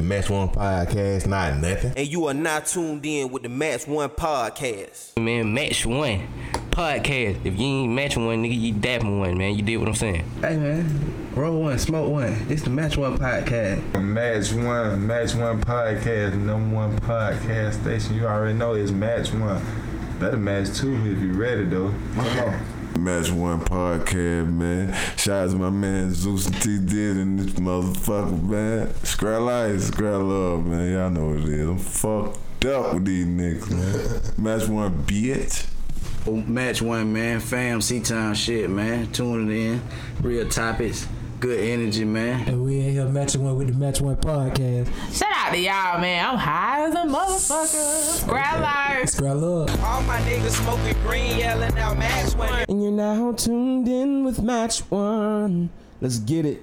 Match One Podcast, not nothing. and you are not tuned in with the Match One podcast. Man, match one podcast. If you ain't match one, nigga, you dapping one, man. You did what I'm saying. Hey man, roll one, smoke one. This the Match One podcast. Match One, Match One Podcast, number one podcast station. You already know it's Match One. Better match two if you ready though. Come on. Match One Podcast, man. Shout out to my man Zeus and T Did and this motherfucker, man. Scrap life, scrap love, man. Y'all know what it is. I'm fucked up with these niggas, man. Match One, bitch. Oh, match One, man. Fam, C time shit, man. Tuning in, real topics, good energy, man. And we ain't here matching one with the Match One podcast. Shout out to y'all, man. I'm high as a motherfucker. Grab life. Scroll up. All my niggas smoking green, yelling out Match One. And you're now tuned in with match one. Let's get it.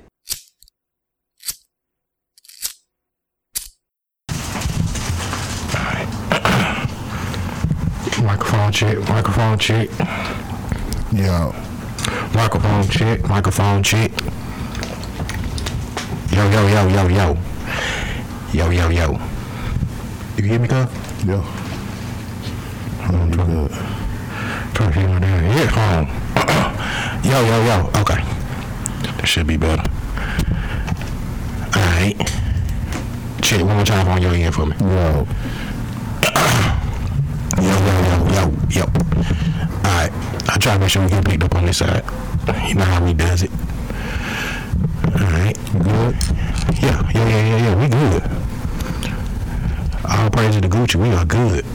Microphone check, microphone check, Yo, microphone check, microphone check. Yo, yo, yo, yo, yo. Yo, yo, yo. You hear me, cuz? yo. I'm good. Trying to hear my damn headphone. yo, yo, yo. Okay. That should be better. Alright. Check one more time on your end for me. Yo, Yo, yo, yo, yo, yo. Alright, I try to make sure we get picked up on this side. You know how we does it. Alright, good. Yeah, yeah, yeah, yeah, yeah, we good. All praise to the Gucci, we are good.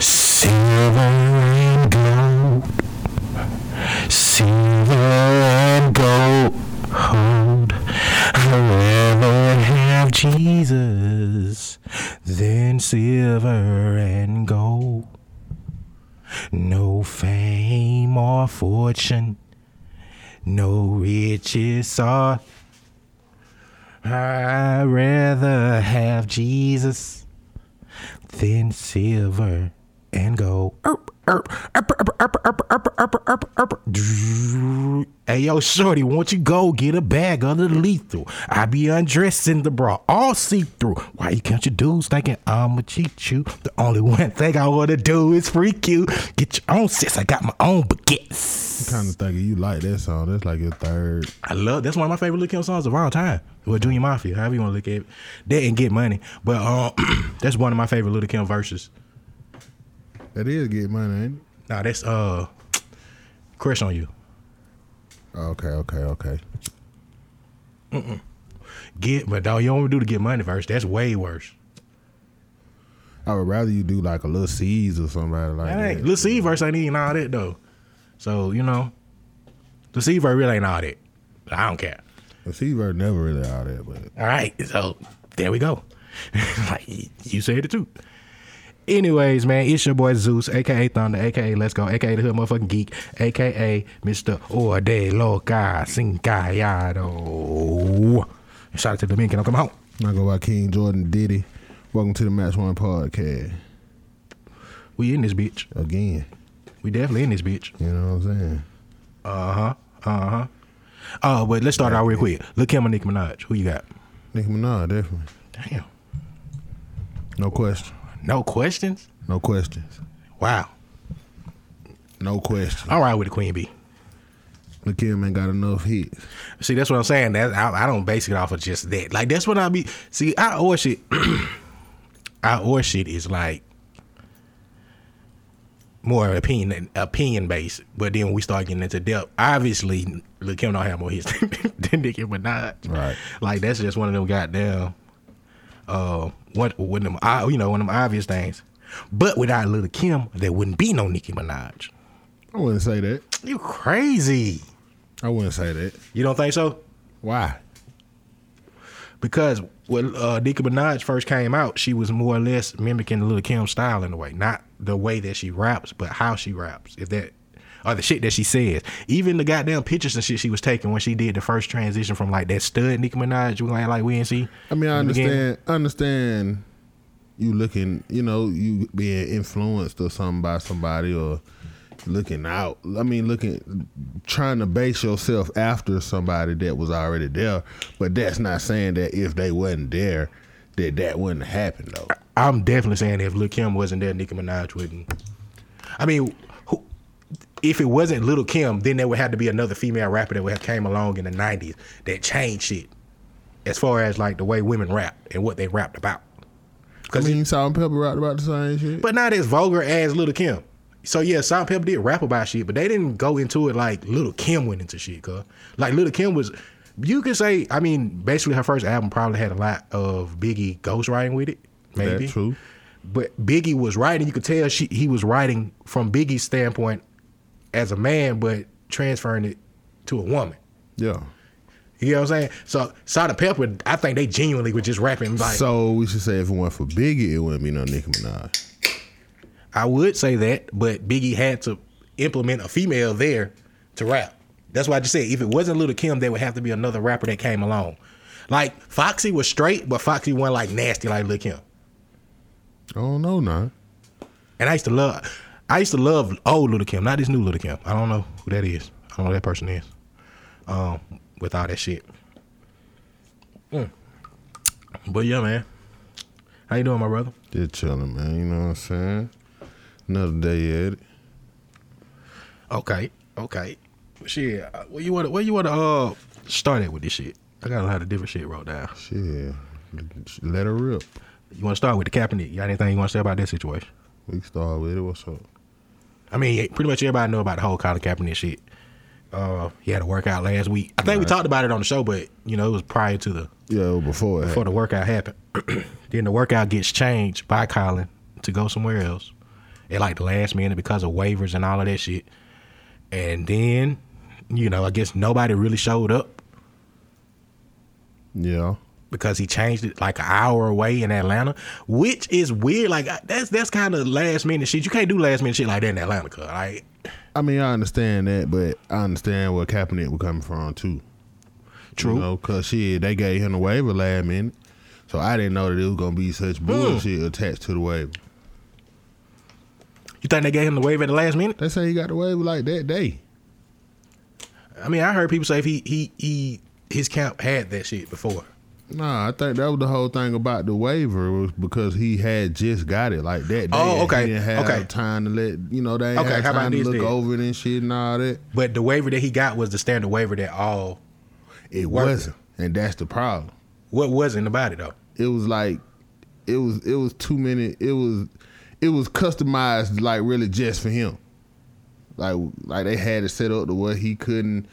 Silver and gold. Silver and gold. Hold. I'll rather have Jesus than silver and gold. No fame or fortune, no riches or. I'd rather have Jesus than silver and gold. Erp, erp, erp, erp, erp, erp, erp, erp, erp, erp. Drrrr. Hey, yo, shorty, won't you go get a bag of the lethal? I be undressing the bra, all see through. Why you count your dudes thinking I'ma cheat you? The only one thing I wanna do is freak you. Get your own sis, I got my own baguettes. Kind of thinking you like that song. That's like your third. I love that's one of my favorite Lil Kim songs of all time. Well, Junior Mafia, however you want to look at it. That and get money, but um, that's one of my favorite Lil Kim verses. That is get money, ain't it? Nah, that's uh, crush on you. Okay, okay, okay. Get, but dog, you don't do the get money verse. That's way worse. I would rather you do like a little C's or somebody like That ain't that. Lil C verse ain't even all that though. So you know, Lil C verse really ain't all that. But I don't care. A C verse never really all that, but All right, so there we go. like you said it too. Anyways, man, it's your boy Zeus, aka Thunder, aka Let's Go, aka the Hood Motherfucking Geek, aka Mr. Orde Loca Sincayado. And shout out to Dominican, I'm coming home. I go by King Jordan Diddy. Welcome to the Match One Podcast We in this bitch. again. We definitely in this bitch. You know what I'm saying? Uh huh. Uh huh. Uh, but let's start out real quick. Look him and Nicki Minaj. Who you got? Nicki Minaj, definitely. Damn. No question. No questions? No questions. Wow. No question. All right with the Queen Bee. Kim ain't got enough hits. See, that's what I'm saying. That I, I don't base it off of just that. Like that's what I be. See, I or shit. I or shit is like more opinion opinion based. But then when we start getting into depth, obviously, Lil Kim don't have more hits than Nicki Minaj. Right. Like that's just one of them goddamn. Uh, what one of them? I you know one of them obvious things. But without Lil Kim, there wouldn't be no Nicki Minaj. I wouldn't say that. You crazy. I wouldn't say that. You don't think so? Why? Because when uh, Nicki Minaj first came out, she was more or less mimicking Lil Kim style in a way, not the way that she raps, but how she raps. If that or the shit that she says, even the goddamn pictures and shit she was taking when she did the first transition from like that stud Nicki Minaj, we like like we ain't see. I mean, I in the beginning. understand. I understand. You looking, you know, you being influenced or something by somebody, or looking out. I mean, looking, trying to base yourself after somebody that was already there. But that's not saying that if they wasn't there, that that wouldn't happen though. I'm definitely saying if Lil Kim wasn't there, Nicki Minaj wouldn't. I mean, who, if it wasn't Lil Kim, then there would have to be another female rapper that would have came along in the '90s that changed shit as far as like the way women rap and what they rapped about. I mean, Salt and Pepper rapped about the same shit. But not as vulgar as Little Kim. So yeah, Salt and Pepper did rap about shit, but they didn't go into it like Little Kim went into shit, cuz. Like Little Kim was you could say, I mean, basically her first album probably had a lot of Biggie ghostwriting with it. Maybe. That true. But Biggie was writing, you could tell she he was writing from Biggie's standpoint as a man, but transferring it to a woman. Yeah. You know what I'm saying? So Salt and Pepper, I think they genuinely were just rapping like so we should say if it weren't for Biggie, it wouldn't be no Nicki Minaj. I would say that, but Biggie had to implement a female there to rap. That's why I just said if it wasn't Little Kim, there would have to be another rapper that came along. Like Foxy was straight, but Foxy wasn't like nasty like Lil Kim. I don't know, nah. And I used to love, I used to love old Little Kim, not this new Little Kim. I don't know who that is. I don't know who that person is. Um, with all that shit. Mm. But yeah, man. How you doing, my brother? Just chilling, man. You know what I'm saying? Another day at it. Okay, okay. Shit, uh, where you want? Where you want to uh start at with this shit? I got a lot of different shit wrote down. Shit, let her rip. You want to start with the Kaepernick? You got anything you want to say about that situation? We can start with it. What's up? I mean, yeah, pretty much everybody know about the whole Colin Kaepernick shit. Uh, he had a workout last week. Uh, I think we Right. talked about it on the show, but you know it was prior to the Yeah, well, before it before the workout happened. then the workout gets changed by Colin to go somewhere else at like the last minute because of waivers and all of that shit. And then, you know, I guess nobody really showed up Yeah. because he changed it like an hour away in Atlanta, which is weird. Like I- that's that's kind of last minute shit. You can't do last minute shit like that in Atlanta, cause like I mean, I understand that, but I understand where Kaepernick was coming from too. True. You know, cause shit, they gave him the waiver last minute, so I didn't know that it was gonna be such bullshit attached to the waiver. you think they gave him the waiver at the last minute? They say he got the waiver like that day. I mean, I heard people say if he he he his camp had that shit before. Nah, I think that was the whole thing about the waiver was because he had just got it like that day. Oh, and okay, He didn't have okay. time to let you know they ain't Okay, had how about time to this look then? over it and shit and all that. But the waiver that he got was the standard waiver that all It workers- wasn't, and that's the problem. What wasn't about it though? It was like, it was it was too many. It was it was customized like really just for him. Like like they had it set up to where he couldn't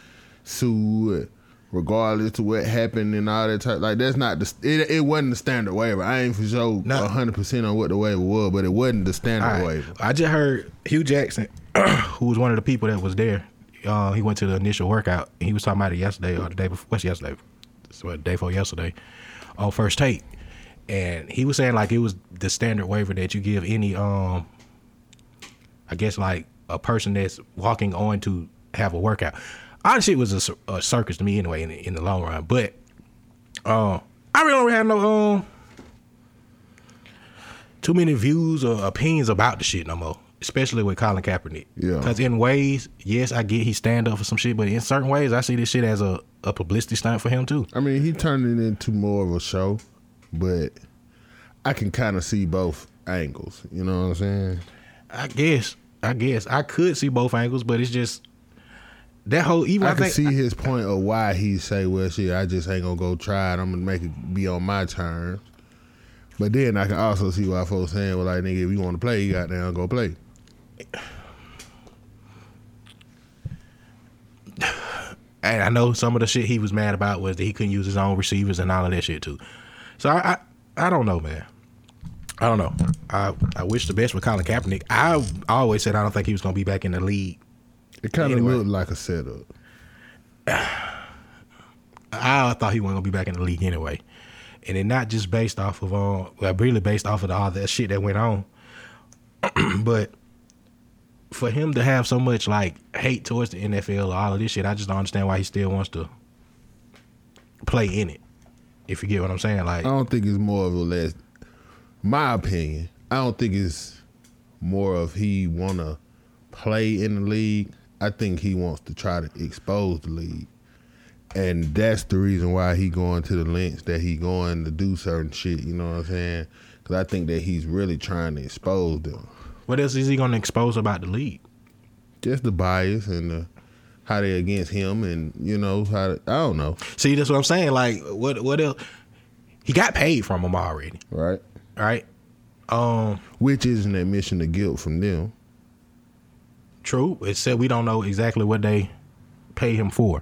sue, regardless to what happened and all that type. Like that's not the it, it wasn't the standard waiver. I ain't for sure hundred percent on what the waiver was, but it wasn't the standard All right. waiver. I just heard Hugh Jackson, who was one of the people that was there. Uh, he went to the initial workout. and He was talking about it yesterday or the day before. What's yesterday? It's what, day before yesterday, on first take, and he was saying like it was the standard waiver that you give any um, I guess like a person that's walking on to have a workout. All this shit was a, cir- a circus to me anyway in the, in the long run, but uh, I really don't have no um too many views or opinions about the shit no more. Especially with Colin Kaepernick. Yeah. Because in ways, yes, I get he stand up for some shit, but in certain ways, I see this shit as a, a publicity stunt for him too. I mean, he turned it into more of a show, but I can kind of see both angles. You know what I'm saying? I guess. I guess I could see both angles, but it's just That whole even I, I can think- see his point of why he say, "Well, shit, I just ain't gonna go try it. I'm gonna make it be on my terms." But then I can also see why folks saying, "Well, like nigga, if you want to play, you goddamn go play." and I know some of the shit he was mad about was that he couldn't use his own receivers and all of that shit too. So I, I, I don't know, man. I don't know. I, I wish the best for Colin Kaepernick. I always said I don't think he was gonna be back in the league. It kind of looked like a setup. I thought he wasn't gonna be back in the league anyway, and it not just based off of uh, well, really based off of all that shit that went on, but for him to have so much like hate towards the NFL or all of this shit, I just don't understand why he still wants to play in it. If you get what I'm saying, like I don't think it's more of a less. My opinion, I don't think it's more of he wanna play in the league. I think he wants to try to expose the league, and that's the reason why he going to the lengths that he going to do certain shit. You know what I'm saying? Because I think that he's really trying to expose them. What else is he gonna expose about the league? Just the bias and the, how they against him, and you know how I don't know. See, that's what I'm saying. Like, what what else? He got paid from him already, right? Right. Um, which is an admission of guilt from them. True. It said we don't know exactly what they pay him for.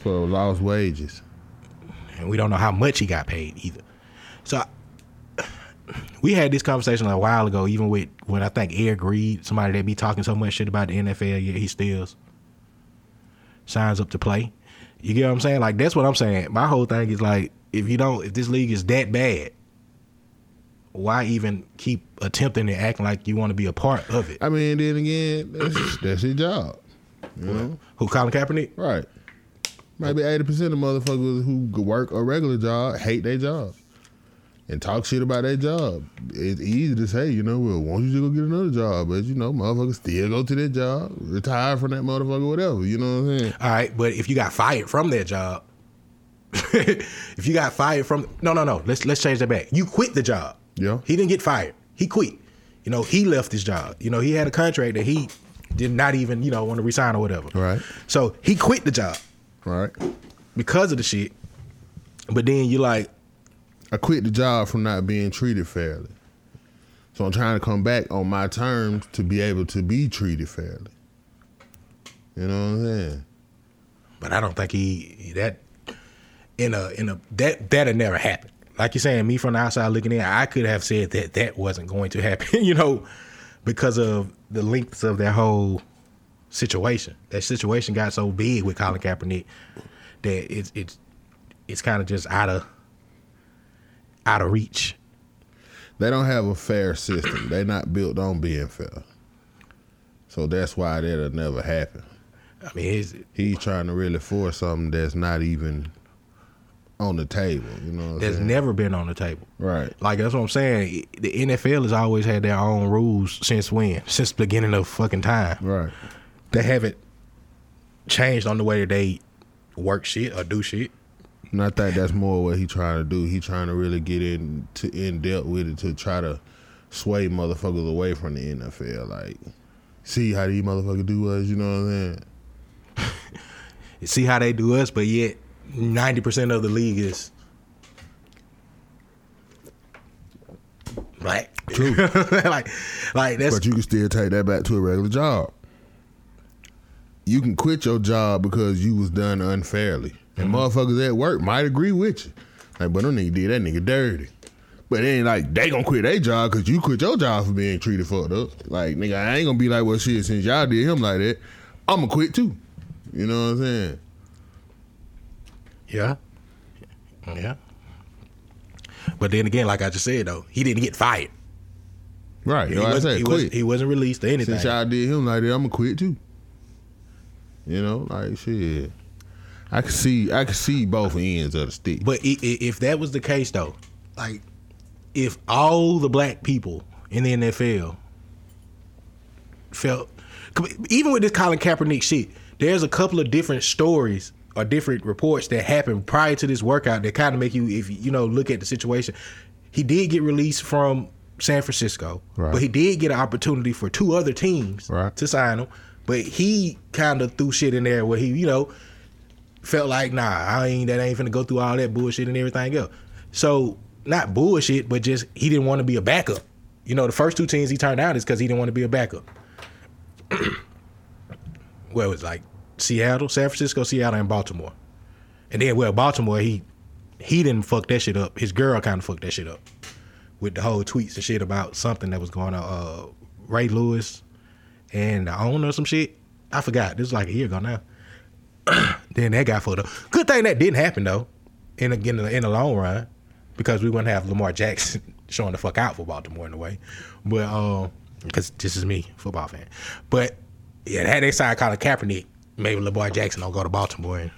For lost wages. And we don't know how much he got paid either. So we had this conversation a while ago, even with when I think Eric Reed, somebody that be talking so much shit about the NFL, yet he still signs up to play. You get what I'm saying? Like that's what I'm saying. My whole thing is like, if you don't, if this league is that bad, why even keep attempting and acting like you want to be a part of it? I mean, then again, that's, that's his job. You know? Who Colin Kaepernick? Right. Maybe eighty percent of motherfuckers who g- work a regular job hate their job and talk shit about their job. It's easy to say, you know, well, why don't you just go get another job? But you know, motherfuckers still go to their job, retire from that motherfucker, whatever. You know what I'm saying? All right, but if you got fired from that job, if you got fired from no, no, no, let's let's change that back. You quit the job. Yeah. He didn't get fired. He quit. You know, he left his job. You know, he had a contract that he did not even you know want to resign or whatever. Right. So he quit the job. Right. Because of the shit. But then you like, I quit the job from not being treated fairly. So I'm trying to come back on my terms to be able to be treated fairly. You know what I'm saying? But I don't think he that in a in a that that had never happened. Like you're saying, me from the outside looking in, I could have said that that wasn't going to happen. You know, because of the lengths of that whole situation. That situation got so big with Colin Kaepernick that it's it's it's kind of just out of out of reach. They don't have a fair system. They're not built on being fair. So that's why that'll never happen. I mean, he's, trying to really force something that's not even on the table. You know, what I'm that's saying? never been on the table. right. Like that's what I'm saying. The NFL has always had their own rules since when? Since the beginning of fucking time. Right. They haven't changed on the way that they work shit or do shit. And I think that's more what he trying to do. He trying to really get in to in depth with it to try to sway motherfuckers away from the NFL. Like, see how these motherfuckers do us. You know what I'm saying? See how they do us, but yet ninety percent of the league is black. True. like, like that's but you can still take that back to a regular job. You can quit your job because you was done unfairly, Mm-hmm. and motherfuckers at work might agree with you. Like, but them nigga did that nigga dirty. But it ain't like they gonna quit their job because you quit your job for being treated fucked up. Like, nigga, I ain't gonna be like, well, shit, since y'all did him like that, I'm gonna quit too. You know what I'm saying? yeah, yeah. But then again, like I just said though, he didn't get fired. Right. He, Like I wasn't, said, he, quit. wasn't, he wasn't released or anything. Since y'all did him like that, I'm gonna quit too. You know, like shit. I can see, I can see both ends of the stick. But i- i- if that was the case, though, like if all the black people in the NFL felt, even with this Colin Kaepernick shit, there's a couple of different stories or different reports that happened prior to this workout that kind of make you, if you know, look at the situation. He did get released from San Francisco, Right. but he did get an opportunity for two other teams Right. to sign him. But he kind of threw shit in there where he, you know, felt like, nah, I ain't that ain't finna go through all that bullshit and everything else. So not bullshit, but just he didn't want to be a backup. You know, the first two teams he turned down is because he didn't want to be a backup. well, it was like Seattle, San Francisco, Seattle, and Baltimore. And then well, Baltimore, he he didn't fuck that shit up. His girl kind of fucked that shit up with the whole tweets and shit about something that was going on. Uh, Ray Lewis and the owner or some shit. I forgot. This was like a year ago now. then that guy fucked up. Good thing that didn't happen though. In again in the long run, because we wouldn't have Lamar Jackson showing the fuck out for Baltimore in a way. But um, because this is me, football fan. But yeah, had they signed Colin Kaepernick, maybe Lamar Jackson don't go to Baltimore and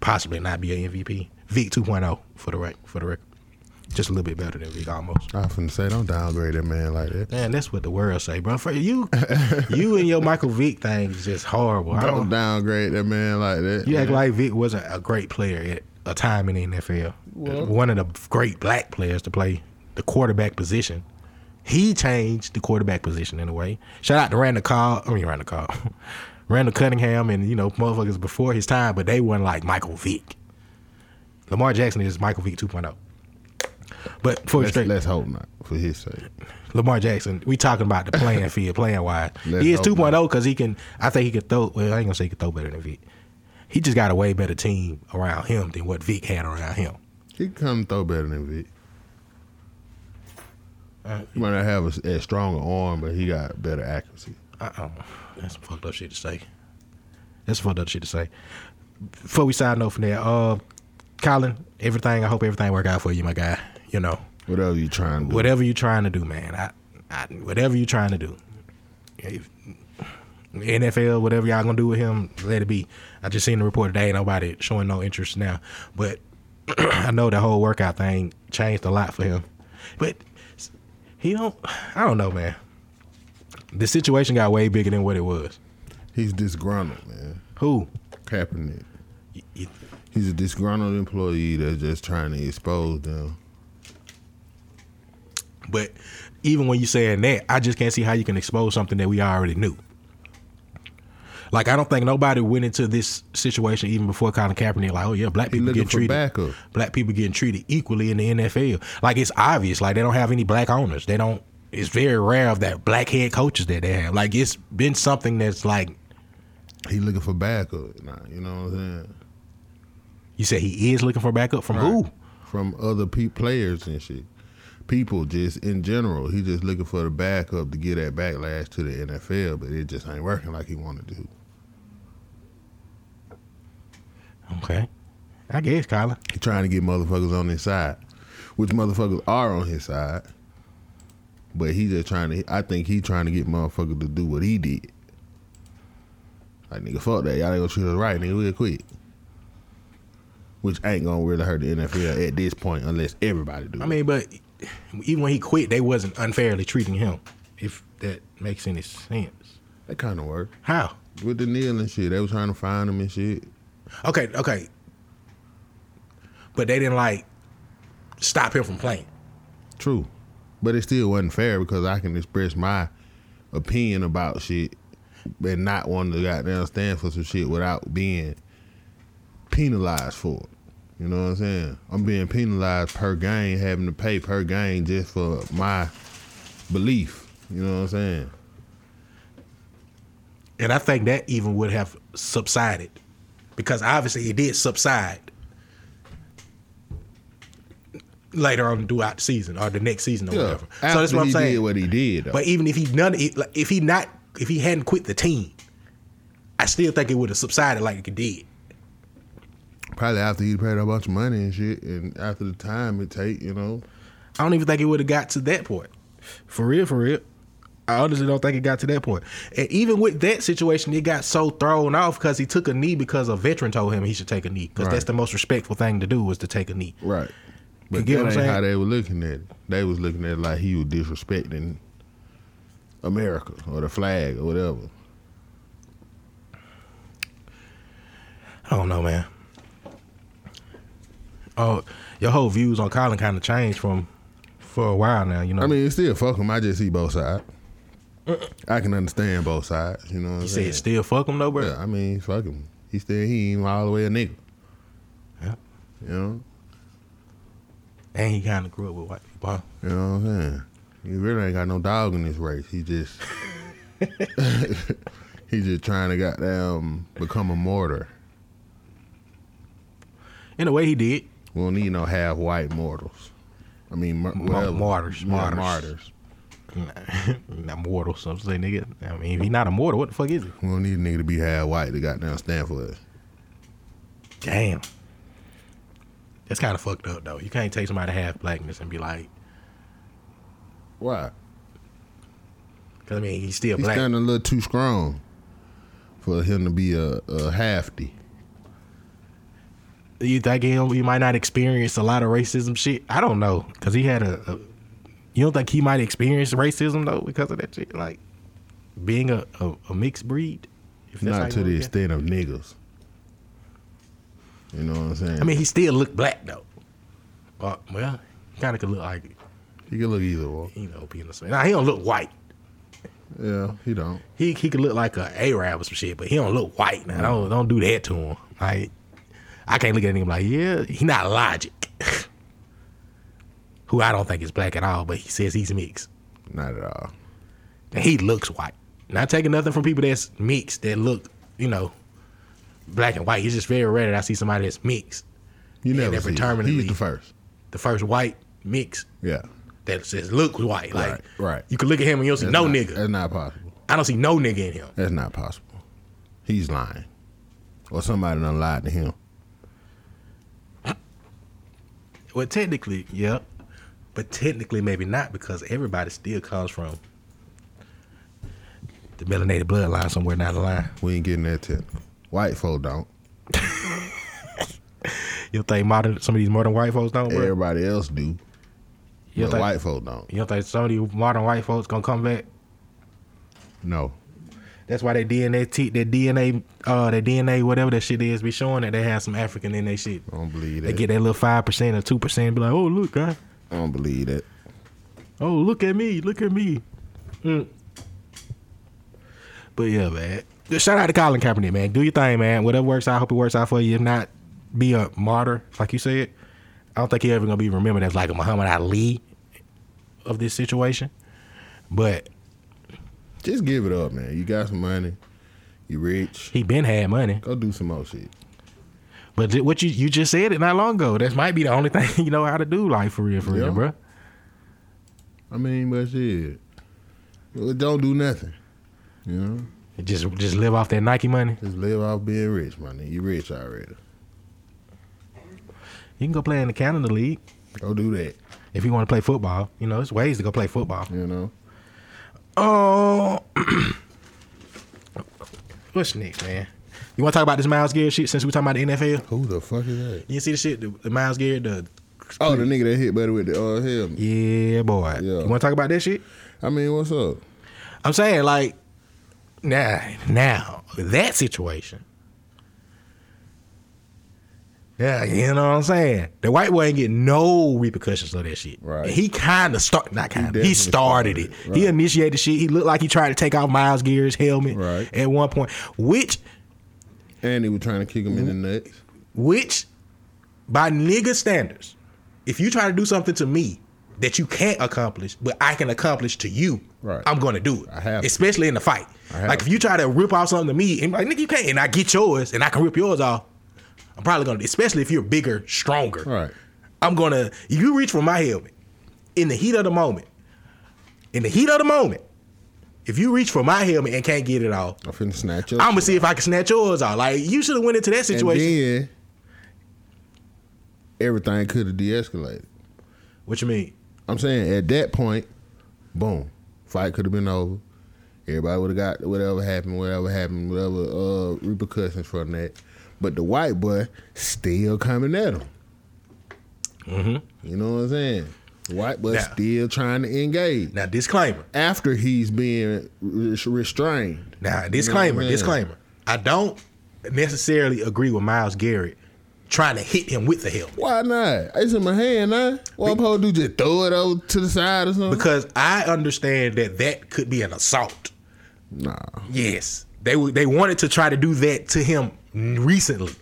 possibly not be an MVP. Vic 2.0 for the rec- for the record. Just a little bit better than Vic almost. I'm finna say, don't downgrade that man like that. Man, that's what the world say, bro. For you, you and your Michael Vick thing is just horrible. I Don't downgrade that man like that. You act man. like Vic wasn't a great player at a time in the NFL. Well- One of the great black players to play the quarterback position. He changed the quarterback position in a way. Shout out to Randall Carr. I mean Randall Carr. Randall Cunningham and, you know, motherfuckers before his time, but they weren't like Michael Vick. Lamar Jackson is Michael Vick 2.0. But for let's, straight, let's hope not for his sake. Lamar Jackson, we talking about the playing field, playing wise. Let's He is hope 2.0 because he can, I think he could throw, well, I ain't going to say he could throw better than Vic. He just got a way better team around him than what Vic had around him. He can come throw better than Vic. Uh, He might not have a, a stronger arm, but he got better accuracy. Uh-uh. That's some fucked up shit to say. That's some fucked up shit to say. Before we sign off from there, uh, Colin, everything, I hope everything work out for you, my guy. You know, Whatever you trying to do. whatever you're trying to do, man. I, I whatever you're trying to do. If- NFL, whatever y'all gonna do with him, let it be. I just seen the report today. Nobody showing no interest now, but I know the whole workout thing changed a lot for him. But he don't. I don't know, man. The situation got way bigger than what it was. He's disgruntled, man. Who? Kaepernick. He's a disgruntled employee that's just trying to expose them. But even when you saying that, I just can't see how you can expose something that we already knew. Like I don't think nobody went into this situation even before Colin Kaepernick. Like, oh yeah, black He people looking getting for treated. backup. Black people getting treated equally in the NFL. Like it's obvious. Like they don't have any black owners. They don't. It's very rare of that black head coaches that they have. Like it's been something that's like He looking for backup. Nah, you know what I'm saying? You said he is looking for backup from who? From other pe- players and shit. People just in general. He just looking for the backup to get that backlash to the NFL, but it just ain't working like he wanted to. Okay. I guess, Kyler. He trying to get motherfuckers on his side, which motherfuckers are on his side. But he just trying to. I think he trying to get motherfuckers to do what he did. Like nigga, fuck that. Y'all ain't gonna treat us right, nigga. We'll quit. Which ain't gonna really hurt the NFL at this point, unless everybody do. I mean, but even when he quit, they wasn't unfairly treating him. If that makes any sense. That kind of worked. How? With the kneeling shit, they was trying to find him and shit. Okay, okay. But they didn't like stop him from playing. True, but it still wasn't fair because I can express my opinion about shit and not want to goddamn stand for some shit without being penalized for it. You know what I'm saying? I'm being penalized per game, having to pay per game just for my belief. You know what I'm saying? And I think that even would have subsided. Because obviously it did subside later on throughout the season or the next season or Yeah, whatever. So after that's what I'm he saying. did what he did, though. But even if he none it- like, if he not if he hadn't quit the team, I still think it would have subsided like it did. Probably after he paid a bunch of money and shit, and after the time it take, you know. I don't even think it would have got to that point. For real, for real. I honestly don't think it got to that point. And even with that situation, it got so thrown off because he took a knee because a veteran told him he should take a knee. Because Right. that's the most respectful thing to do was to take a knee. Right. But You get that what I'm ain't saying? how they were looking at it. They was looking at it like he was disrespecting America or the flag or whatever. I don't know, man. Oh, your whole views on Colin kind of changed from for a while now. You know, I mean, it's still fuck him. I just see both sides. I can understand both sides. You know, what I'm You said saying? still fuck him though, bro. Yeah, I mean, fuck him. He still he ain't all the way a nigga. Yeah. You know. And he kind of grew up with white people. huh? You know what I'm saying? He really ain't got no dog in this race. He just he just trying to goddamn become a martyr. In a way, he did. We don't need no half white mortals. I mean, mar- whatever. martyrs, Yeah, martyrs. martyrs. Not mortal, so I'm saying, nigga. I mean, if he not a mortal, what the fuck is he? We don't need a nigga to be half white to goddamn stand for us. Damn. That's kind of fucked up though. You can't take somebody half blackness and be like, why? Because I mean, he's still He's black. standing a little too strong for him to be a, a halfty. you think him, you might not experience a lot of racism shit. I don't know, cause he had a. a you don't think he might experience racism though because of that shit, like being a, a, a mixed breed. If that's how Not you to look the at it? extent of niggas. You know what I'm saying? I mean, he still looked black though. Uh, well, kind of could look like he could look either way. You know, being the same. Now he don't look white. Yeah, he don't. He he could look like a Arab or some shit, but he don't look white. Now Mm. don't don't do that to him. Like I can't look at him like yeah, he not logic. Who I don't think is black at all, but he says he's mixed. Not at all. And he looks white. Not taking nothing from people that's mixed that look you know black and white. It's just very rare that I see somebody that's mixed. You never they're see it. predominantly- He's the first. The first white mix Yeah. that says looks white. Like right. Right. you can look at him and you don't see That's no not- nigga. That's not possible. I don't see no nigga in him. That's not possible. He's lying, or somebody done lied to him. Well, technically, yeah, but technically maybe not because everybody still comes from the melanated bloodline somewhere down the line. We ain't getting that tip. White folk don't. You think modern some of these modern white folks don't? Bro? Everybody else do. You but think- white folk don't. You don't think some of these modern white folks gonna come back? No. That's why they DNA t- their DNA uh their DNA whatever that shit is be showing that they have some African in their shit. I don't believe They that. get that little five percent or two percent, be like, oh look, I, I don't believe that. oh look at me, look at me. Mm. But yeah, man. Just Shout out to Colin Kaepernick, man. Do your thing, man. Whatever works out, I hope it works out for you. If not, be a martyr, like you said. I don't think he ever gonna be remembered as like a Muhammad Ali of this situation. But Just give it up, man. You got some money. You rich. He been had money. Go do some more shit. but ju- what you you just said it not long ago. That might be the only thing you know how to do, like for real, for Yeah. real, bro. I mean, but shit. Well, Don't do nothing. You know? Just just live off that Nike money. Just live off being rich, money. You rich already. You can go play in the Canada League. Go do that. If you want to play football, you know, it's ways to go play football. You know. Oh, what's next, man? You want to talk about this Miles Garrett shit since we talking about the NFL? Who the fuck is that? You see the shit, the, the Miles Garrett, the Oh, the nigga that hit better with the uh, helmet. Yeah, boy. Yeah. You want to talk about that shit? I mean, what's up? I'm saying like, nah, now that situation. Yeah, you know what I'm saying. The white boy ain't getting no repercussions of that shit. Right. He kind of start, not kind of. He, definitely started, it. He initiated shit. He looked like he tried to take off Miles Garrett's helmet at one point, which And he was trying to kick him in the nuts. Which, by nigga standards, if you try to do something to me that you can't accomplish, but I can accomplish to you, Right. I'm gonna do it. I have to. Especially in the fight. I have Like if you try to rip off something to me, and like nigga, you can't, and I get yours, and I can rip yours off. I'm probably gonna, especially if you're bigger, stronger. Right. I'm gonna. if You reach for my helmet in the heat of the moment. In the heat of the moment, if you reach for my helmet and can't get it off, I'm finna snatch up. I'm gonna see if I can snatch yours off. Like you should have went into that situation. And then everything could have de-escalated. What you mean? I'm saying at that point, boom, fight could have been over. Everybody would have got whatever happened, whatever happened, whatever uh, repercussions from that. But the white boy still coming at him. Mm-hmm. You know what I'm saying? The White boy Now- still trying to engage. Now disclaimer. After he's being res- restrained. Now, You know what I'm disclaimer, saying? disclaimer. I don't necessarily agree with Miles Garrett trying to hit him with the helmet. Why not? It's in my hand, now. What I'm supposed to do? Just throw it over to the side or something? Because I understand that that could be an assault. Nah. Yes, they w- they wanted to try to do that to him recently.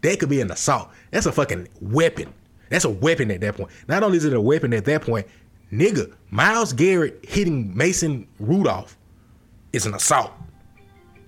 That could be an assault. That's a fucking weapon. That's a weapon at that point. Not only is it a weapon at that point, nigga, Miles Garrett hitting Mason Rudolph is an assault.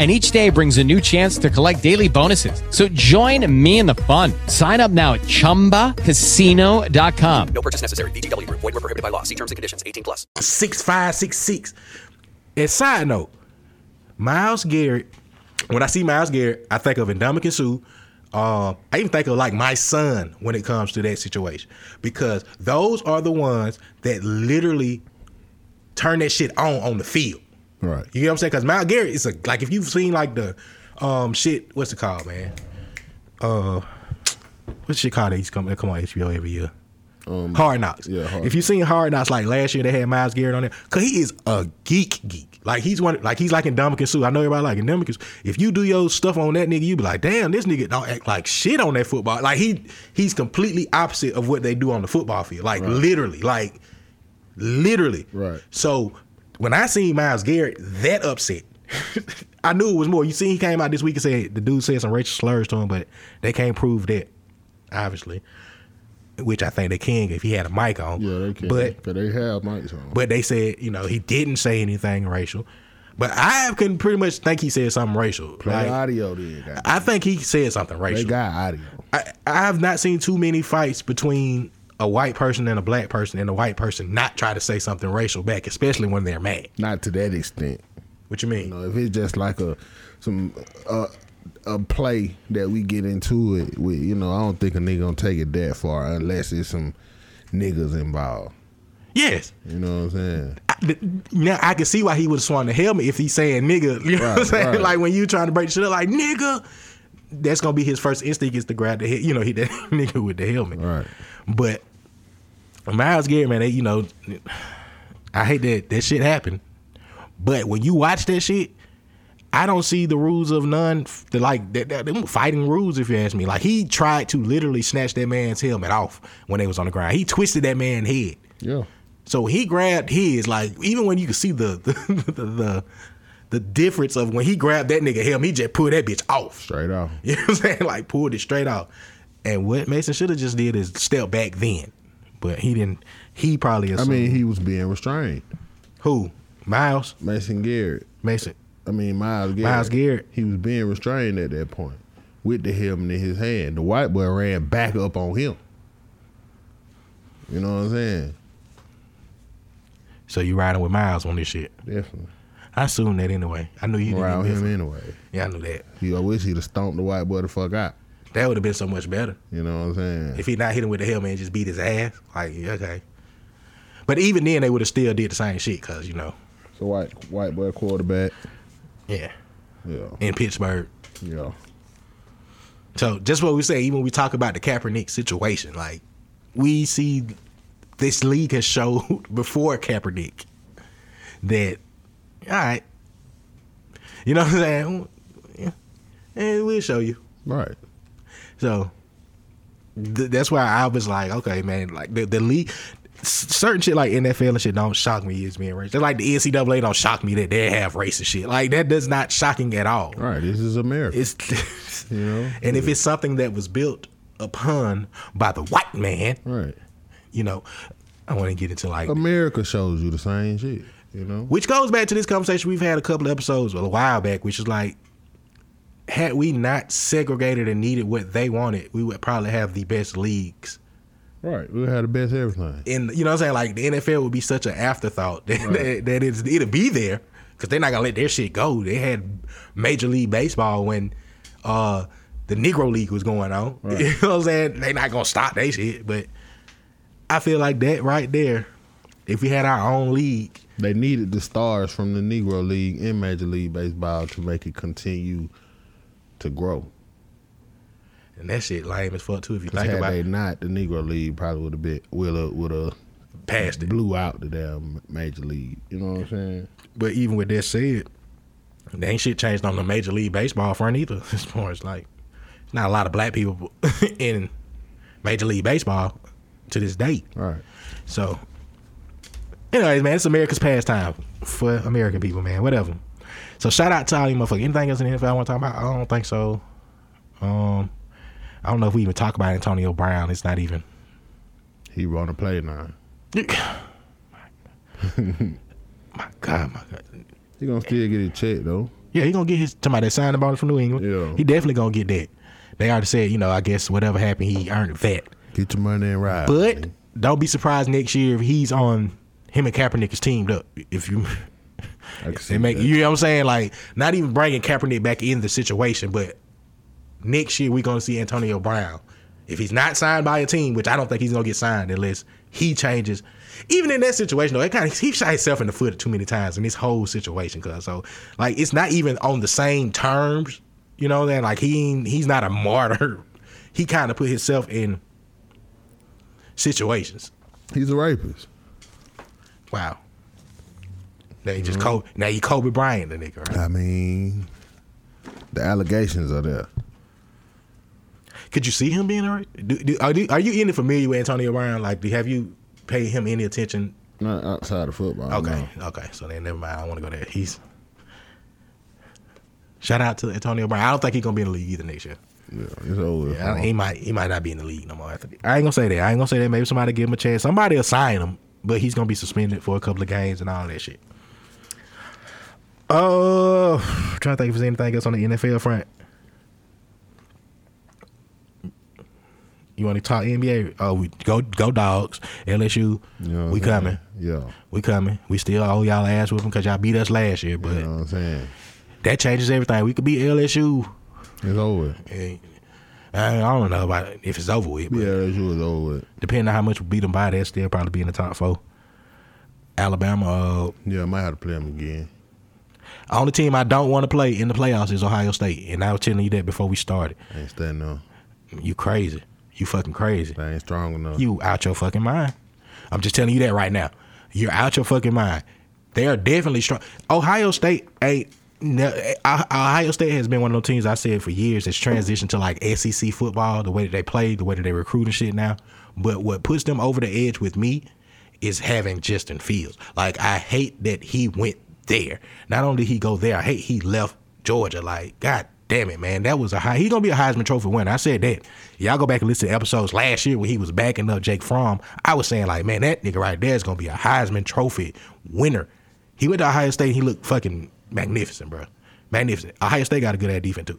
And each day brings a new chance to collect daily bonuses. So join me in the fun. Sign up now at chumbacasino.com. No purchase necessary. VGW Group. Void were prohibited by law. See terms and conditions. 18 plus. six five six six. And side note, Miles Garrett. When I see Miles Garrett, I think of Indomitian Sue. Uh, I even think of like my son when it comes to that situation because those are the ones that literally turn that shit on on the field. Right. You get what I'm saying? Because Miles Garrett is a like if you've seen like the um shit. What's it called, man? Uh, what's shit called? that used to come, that come on HBO every year. Hard Knocks. yeah, Hard if you seen Hard Knocks, like last year they had Miles Garrett on there, cause he is a geek geek. Like he's one, like he's like in Dominican Sue. I know everybody like in Dominican. If you do your stuff on that nigga, you be like, damn, this nigga don't act like shit on that football. Like he he's completely opposite of what they do on the football field. Like literally, like literally. Right. So when I seen Miles Garrett that upset, I knew it was more. You see, he came out this week and said the dude said some racial slurs to him, but they can't prove that, obviously. Which I think they can if he had a mic on. Yeah, they can. But But they have mics on. but they said, you know, he didn't say anything racial. But I can pretty much think he said something racial. Play Like, audio then. goddamn. I think he said something racial. They got audio. I, I have not seen too many fights between a white person and a black person and a white person not try to say something racial back, especially when they're mad. Not to that extent. What you mean? You know, if it's just like a some uh, a play that we get into it with, you know, I don't think a nigga gonna take it that far unless it's some niggas involved. Yes. You know what I'm saying? Th- Now I can see why he would have swung the helmet if he's saying nigga. You know what I'm Right, saying? right. Like when you trying to break shit up, like nigga, that's gonna be his first instinct is to grab the he- you know hit that nigga with the helmet. Right. But Miles Garrett, man, they, you know, I hate that that shit happened. But when you watch that shit, I don't see the rules of none the like that, that them fighting rules. If you ask me, like he tried to literally snatch that man's helmet off when they was on the ground. He twisted that man's head. Yeah. So he grabbed his like even when you can see the the the, the, the difference of when he grabbed that nigga helmet, he just pulled that bitch off. Straight off. You know what I'm saying? Like pulled it straight off. And what Mason should have just did is step back then, but he didn't. He probably. I Assumed. mean, he was being restrained. Who? Miles? Mason Garrett. Mason. I mean, Miles Garrett. Miles Garrett. He was being restrained at that point with the helmet in his hand. The white boy ran back up on him. You know what I'm saying? So you riding with Miles on this shit? Definitely. I assumed that anyway. I knew you Around didn't. him anyway. Yeah, I knew that. He, I wish he'd have stomped the white boy the fuck out. That would have been so much better. You know what I'm saying? If he not hit him with the helmet and just beat his ass, like yeah, okay. But even then, they would have still did the same shit because you know, So white white boy quarterback. yeah, Yeah. in Pittsburgh. Yeah. So just what we say, even when we talk about the Kaepernick situation, like we see this league has showed before Kaepernick that all right, you know what I'm saying? Yeah, and we'll show you. Right. So th- that's why I was like, okay, man, like the, the league, s- certain shit like NFL and shit don't shock me as being racist. Just Like the NCAA don't shock me that they have racist shit. Like that does not shocking at all. Right. This is America. It's you know. and if it's something that was built upon by the white man, right, you know, I want to get into like Um, America shows you the same shit. You know? Which goes back to this conversation we've had a couple of episodes well, a while back, which is like, had we not segregated and needed what they wanted, we would probably have the best leagues. Right. We had the best everything. And you know what I'm saying? Like the NFL would be such an afterthought that, Right. that, that it's, it'll be there because they're not gonna let their shit go. They had Major League Baseball when uh, the Negro League was going on. You know what I'm saying? They're not gonna stop that shit. But I feel like that right there, if we had our own league, They needed the stars from the Negro League and Major League Baseball to make it continue to grow. and that shit lame as fuck too. If you 'Cause think had about they it, not, the Negro League probably would have been would have would have passed it, blew out the damn Major League. You know what I'm saying? But even with that said, they ain't shit changed on the Major League Baseball front either. As far as like, not a lot of black people in Major League Baseball to this date. Right. So, anyways, man, it's America's pastime for American people, man. Whatever. So shout out to all you motherfuckers. Anything else in the NFL I want to talk about? I don't think so. Um, I don't know if we even talk about Antonio Brown. It's not even. He want to play now. my God, my God. He gonna still get his check though. Yeah, he gonna get his somebody that signed the bonus from New England. Yeah. He definitely gonna get that. They already said, you know, I guess whatever happened, he earned that. Get your money and ride. But don't be surprised next year if he's on him and Kaepernick is teamed up. If you it make you know what I'm saying, like not even bringing Kaepernick back in the situation, but next year we're gonna see Antonio Brown. If he's not signed by a team, which I don't think he's gonna get signed unless he changes. Even in that situation, though, it kind of he shot himself in the foot too many times in this whole situation. Cause so, like, it's not even on the same terms. You know that like he ain't- he's not a martyr. He kind of put himself in situations. He's a rapist. Wow. Now you just Kobe, now you Kobe Bryant, the nigga. Right? I mean, the allegations are there. Could you see him being all right? Do, do, are, you, are you any familiar with Antonio Brown? Like, do, have you paid him any attention? Not outside of football. Okay, okay. So then, never mind. I don't want to go there. He's shout out to Antonio Brown. I don't think he's gonna be in the league either next year. Yeah, it's over. Yeah, I- he might he might not be in the league no more. After I ain't gonna say that. I ain't gonna say that. Maybe somebody give him a chance. Somebody will sign him, but he's gonna be suspended for a couple of games and all that shit. Uh, trying to think if there's anything else on the NFL front. You want to talk NBA? Oh, we go go dogs. LSU, we coming. Yeah. We coming. We still owe y'all ass with because y'all beat us last year. But that changes everything. We could beat LSU. It's over. I, I don't know about if it's over with. Yeah, LSU is over with. Depending on how much we beat them by, they'll still probably be in the top four. Alabama. Uh, yeah, I might have to play them again. Only team I don't want to play in the playoffs is Ohio State, and I was telling you that before we started. I ain't standing on. You crazy. You fucking crazy. I ain't strong enough. You out your fucking mind. I'm just telling you that right now. You're out your fucking mind. They are definitely strong. Ohio State ain't. No, I- Ohio State has been one of those teams I said for years that's transitioned to like SEC football, the way that they play, the way that they recruit and shit now. But what puts them over the edge with me is having Justin Fields. Like I hate that he went there. Not only did he go there, I hate he left Georgia. Like God damn it, man, that was a high. He gonna be a Heisman Trophy winner. I said that. Y'all go back and listen to episodes last year when he was backing up Jake Fromm. I was saying like, man, that nigga right there is gonna be a Heisman Trophy winner. He went to Ohio State. and He looked fucking magnificent, bro. Magnificent. Ohio State got a good at defense too.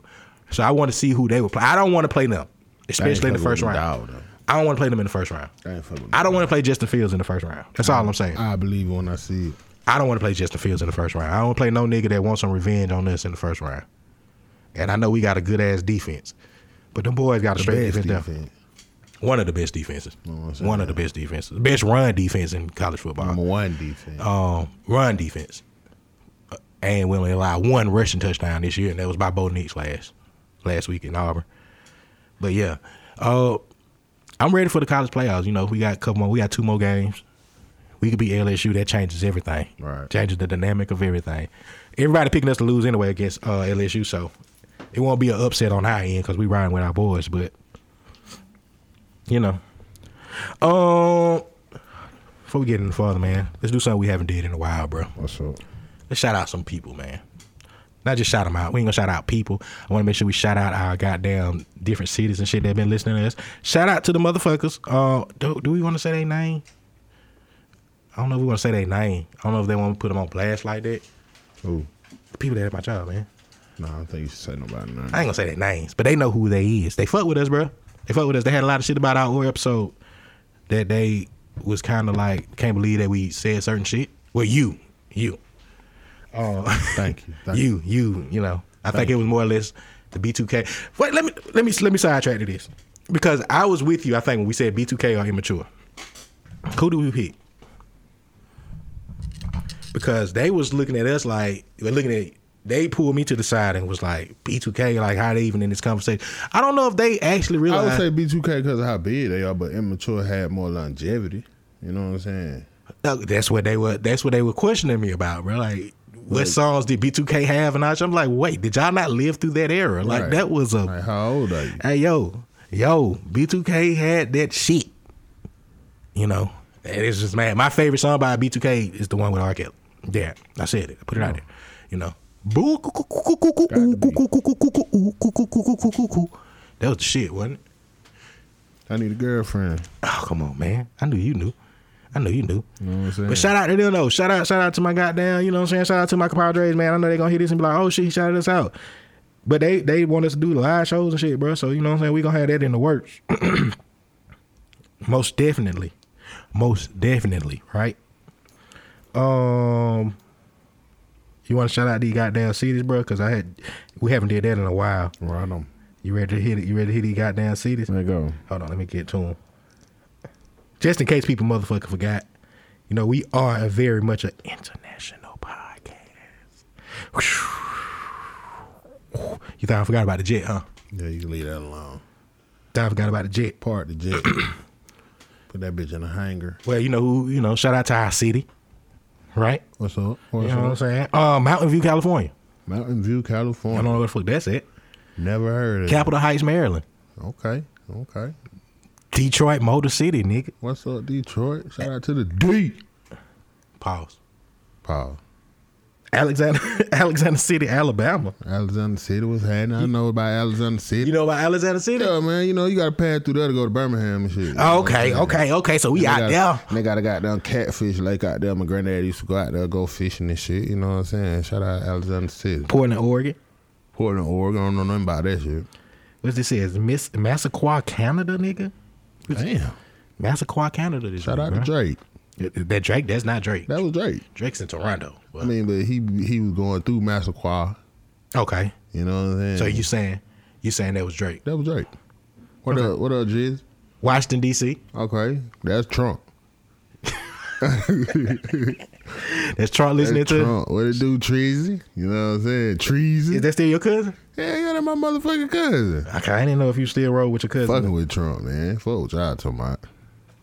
So I want to see who they will play. I don't want to play them, especially in the fucking first with round. Dowd, though. I don't want to play them in the first round. I ain't fucking. I don't want to play Justin Fields in the first round. That's all I'm saying. I believe when I see it. I don't want to play Justin Fields in the first round. I don't want to play no nigga that wants some revenge on us in the first round. And I know we got a good ass defense, but them boys got The the best best defense. there. One of the best defenses. One of the best defenses. Best run defense in college football. Number one defense. Um, run defense. Uh, And we only allowed one rushing touchdown this year, and that was by Bo Nix last last week in Auburn. But yeah, uh, I'm ready for the college playoffs. You know, we got a couple more. We got two more games. We could be LSU. That changes everything. Right. Changes the dynamic of everything. Everybody picking us to lose anyway against uh, LSU, so it won't be an upset on our end because we riding with our boys. But you know, um, before we get any further, man, let's do something we haven't did in a while, bro. What's up? Let's shout out some people, man. Not just shout them out. We ain't gonna shout out people. I want to make sure we shout out our goddamn different cities and shit that been listening to us. Shout out to the motherfuckers. Uh, do, do we want to say their name? I don't know if we're gonna say their name. I don't know if they want to put them on blast like that. Ooh. People that at my job, man. No, I don't think you should say nobody. I ain't gonna say their names, but they know who they is. They fuck with us, bro. They fuck with us. They had a lot of shit about our oil episode that they was kind of like can't believe that we said certain shit. Well, you, you, uh, thank you, you, you. You know, I think it was more or less the B2K. Wait, let me let me let me sidetrack to this because I was with you. I think when we said B2K are immature, who do we pick? Because they was looking at us like they looking at. They pulled me to the side and was like, "B2K, like how they even in this conversation." I don't know if they actually I realized. would say B2K because of how big they are, but immature had more longevity. You know what I'm saying? Uh, That's what they were. That's what they were questioning me about, bro. Like, what Right. songs did B2K have? And I, I'm like, wait, did y'all not live through that era? Like, Right. that was a. how old are you? Hey, yo, yo, B2K had that shit. You know, and it's just mad. My favorite song by B2K is the one with R. Kelly. Yeah, I said it. I put it out there. You know, boo, coo, coo, coo, coo, coo, ooh, coo, coo, coo, coo, coo, ooh, coo, coo, coo, coo, coo, coo, coo. That was the shit, wasn't it? I need a girlfriend. Oh, come on, man. I knew you knew. I knew you knew. You know what I'm saying? But shout out to them though. Shout out, shout out to my goddamn, you know what I'm saying? Shout out to my compadres, man. I know they're gonna hear this and be like, oh shit, he shouted us out. But they they want us to do live shows and shit, bro. So you know what I'm saying? We gonna have that in the works. Most definitely. Most definitely, right? Um You wanna shout out these goddamn cities, bro? Cause I had we haven't did that in a while. Right on. You ready to hit it? You ready to hit these goddamn cities? Let go. Hold on, let me get to them. Just in case people motherfucker forgot, you know, we are a very much an international podcast. Whew. You thought I forgot about the jet, huh? Yeah, you can leave that alone. Thought I forgot about the jet. Part the jet. Put that bitch in a hanger. Well, you know who, you know, shout out to our city, right? What's up? you What's know what I'm up? saying? Uh, Mountain View, California. Mountain View, California. I don't know where the fuck that's at. Never heard of Capitol Heights, Maryland. it. Okay. Okay. Detroit Motor City, nigga. What's up, Detroit? Shout out to the D. Pause. Paul. Alexander Alexander City, Alabama. Alexander City was happening. I know about Alexander City. You know about Alexander City? Yeah, man. You know, you got to pass through there to go to Birmingham and shit. Oh, okay, okay, okay. So we And they got- out there. and They got a goddamn catfish lake out there. My granddad used to go out there go fishing and shit. You know what I'm saying? Shout out Alexander City. Portland, Oregon. Portland, Oregon. I don't know nothing about that shit. What's this is? Miss Massaqua, Canada, nigga? Damn. Massaqua, Canada. This Shout week, out to bruh. Drake. That- That Drake, that's not Drake. That was Drake. Drake's in Toronto. I mean, but he he was going through Massaqua. Okay. You know what I'm saying? So you saying you saying that was Drake. that was Drake. What up? What up, Jizz? Washington DC. Okay, that's Trump. That's Trump listening That's to Trump. What it do, Treasy? You know what I'm saying? Treasy. Is that still your cousin? Yeah, yeah, that my motherfucking cousin. Okay, I didn't know if you still rode with your cousin. Fucking with Trump, man. Fuck what y'all talking about.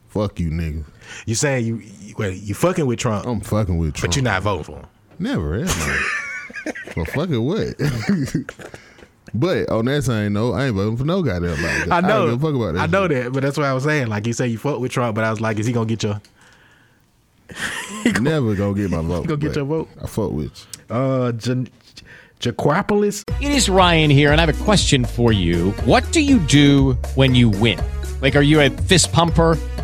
Fuck you, niggas. You saying you, you well, you fucking with Trump, I'm fucking with Trump. but you're not voting for him. Never am I. For fucking what? but on that same note, I ain't voting for no goddamn like that. I know. don't give a fuck about that. I know that, but that's what I was saying. Like you say you fuck with Trump, but I was like, is he gonna get your shit. Never gonna get my vote. gonna get but your vote? I fuck with you. uh Ja- Jaquapolis? It is Ryan here, and I have a question for you. What do you do when you win? Like, are you a fist pumper?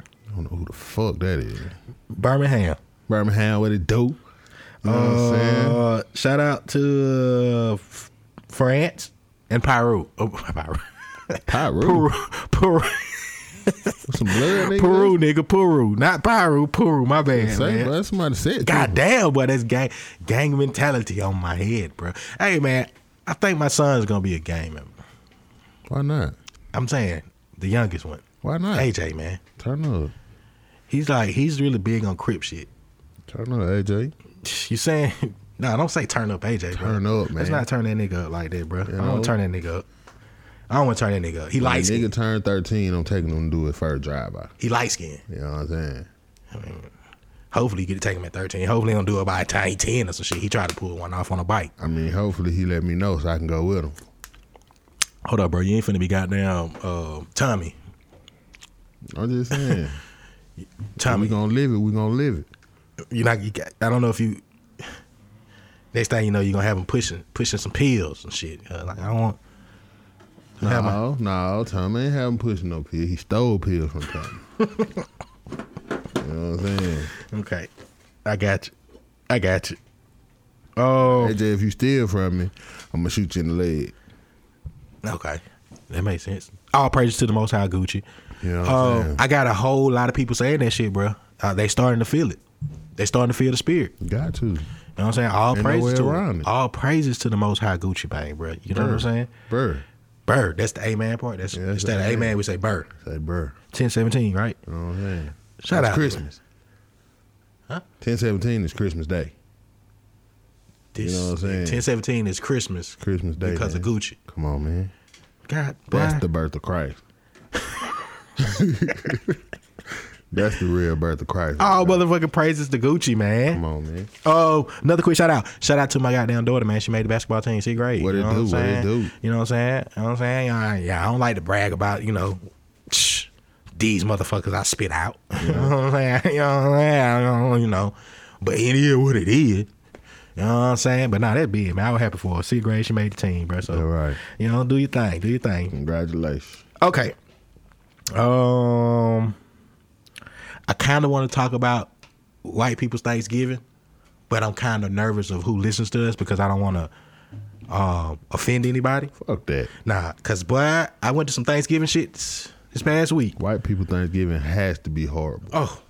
I don't know who the fuck that is. Birmingham. Birmingham with it dope. You know what I'm saying? Uh, shout out to uh, F- France and Peru. Oh, Peru. Pyro. Peru. Peru. Some blood, nigga. Peru, nigga, Peru, not Peru, Peru. My bad, Say, man. bro, somebody said. God damn, boy, that's gang gang mentality on my head, bro. Hey, man, I think my son's gonna be a gang member. Why not? I'm saying the youngest one. Why not? AJ, man, turn up. He's like he's really big on crip shit. Turn up, AJ. You saying? Nah, don't say turn up, AJ. Bro. Turn up, Let's man. not turn that nigga up like that, bro. I don't know? want to turn that nigga up. I don't want to turn that nigga up. He When a Nigga light skin. turned thirteen. I'm taking him to do his first drive by. He light skin. You know what I'm saying? Hopefully, you get to take him at 13. Hopefully, he don't do it by the time he 10 or some shit. He tried to pull one off on a bike. I mean, hopefully he let me know so I can go with him. Hold up, bro. You ain't finna be goddamn uh, Tommy. I'm just saying. Tommy. we gonna live it. We gonna live it. You're not. You got, I don't know if you. Next thing you know, you're gonna have him pushing pushing some pills and shit. Uh, like I don't want. Have my- No, no, Tommy ain't have him pushing no pill. He stole pills from Tommy. you know what I'm saying? Okay, I got you. I got you. Oh, AJ, if you steal from me, I'm gonna shoot you in the leg. Okay, that makes sense. All praises to the Most High Gucci. You know what I'm Um, saying? I got a whole lot of people saying that shit, bro. Uh, they starting to feel it. They starting to feel the spirit. Got to. You know what I'm saying? All Ain't no praises way to around it. all praises to the Most High Gucci Bang, bro. You know what I'm Bird. saying? Bird. Bird. That's the Amen part. That's instead of the Amen, Amen. we say bird. Say bird. Ten seventeen, right? You know what I'm saying? Shout It's out. Christmas. Huh? Ten seventeen is Christmas Day. This, you know what I'm saying? Ten seventeen is Christmas. Christmas Day because of man. Gucci. Come on, man. God, That's boy. the birth of Christ. That's the real birth of Christ. All motherfucking praises to Gucci, man. Come on, man. Oh, another quick shout out. Shout out to my goddamn daughter, man. She made the basketball team. She great. What you it know do? I'm What it saying? do? You know what I'm saying? You know what I'm saying? I, yeah, I don't like to brag about, you know, these motherfuckers I spit out. you know what I'm saying? You know what I'm saying? I don't- You know. But it is what it is. You know what I'm saying? But nah, that big, man. I was happy for her. C grade, she made the team, bro. So, All right. you know, do your thing. Do your thing. Congratulations. Okay. Um, I kind of want to talk about white people's Thanksgiving, but I'm kind of nervous of who listens to us because I don't want to uh, offend anybody. Fuck that. Nah, cause boy, I went to some Thanksgiving shits this past week. White people Thanksgiving has to be horrible. Oh,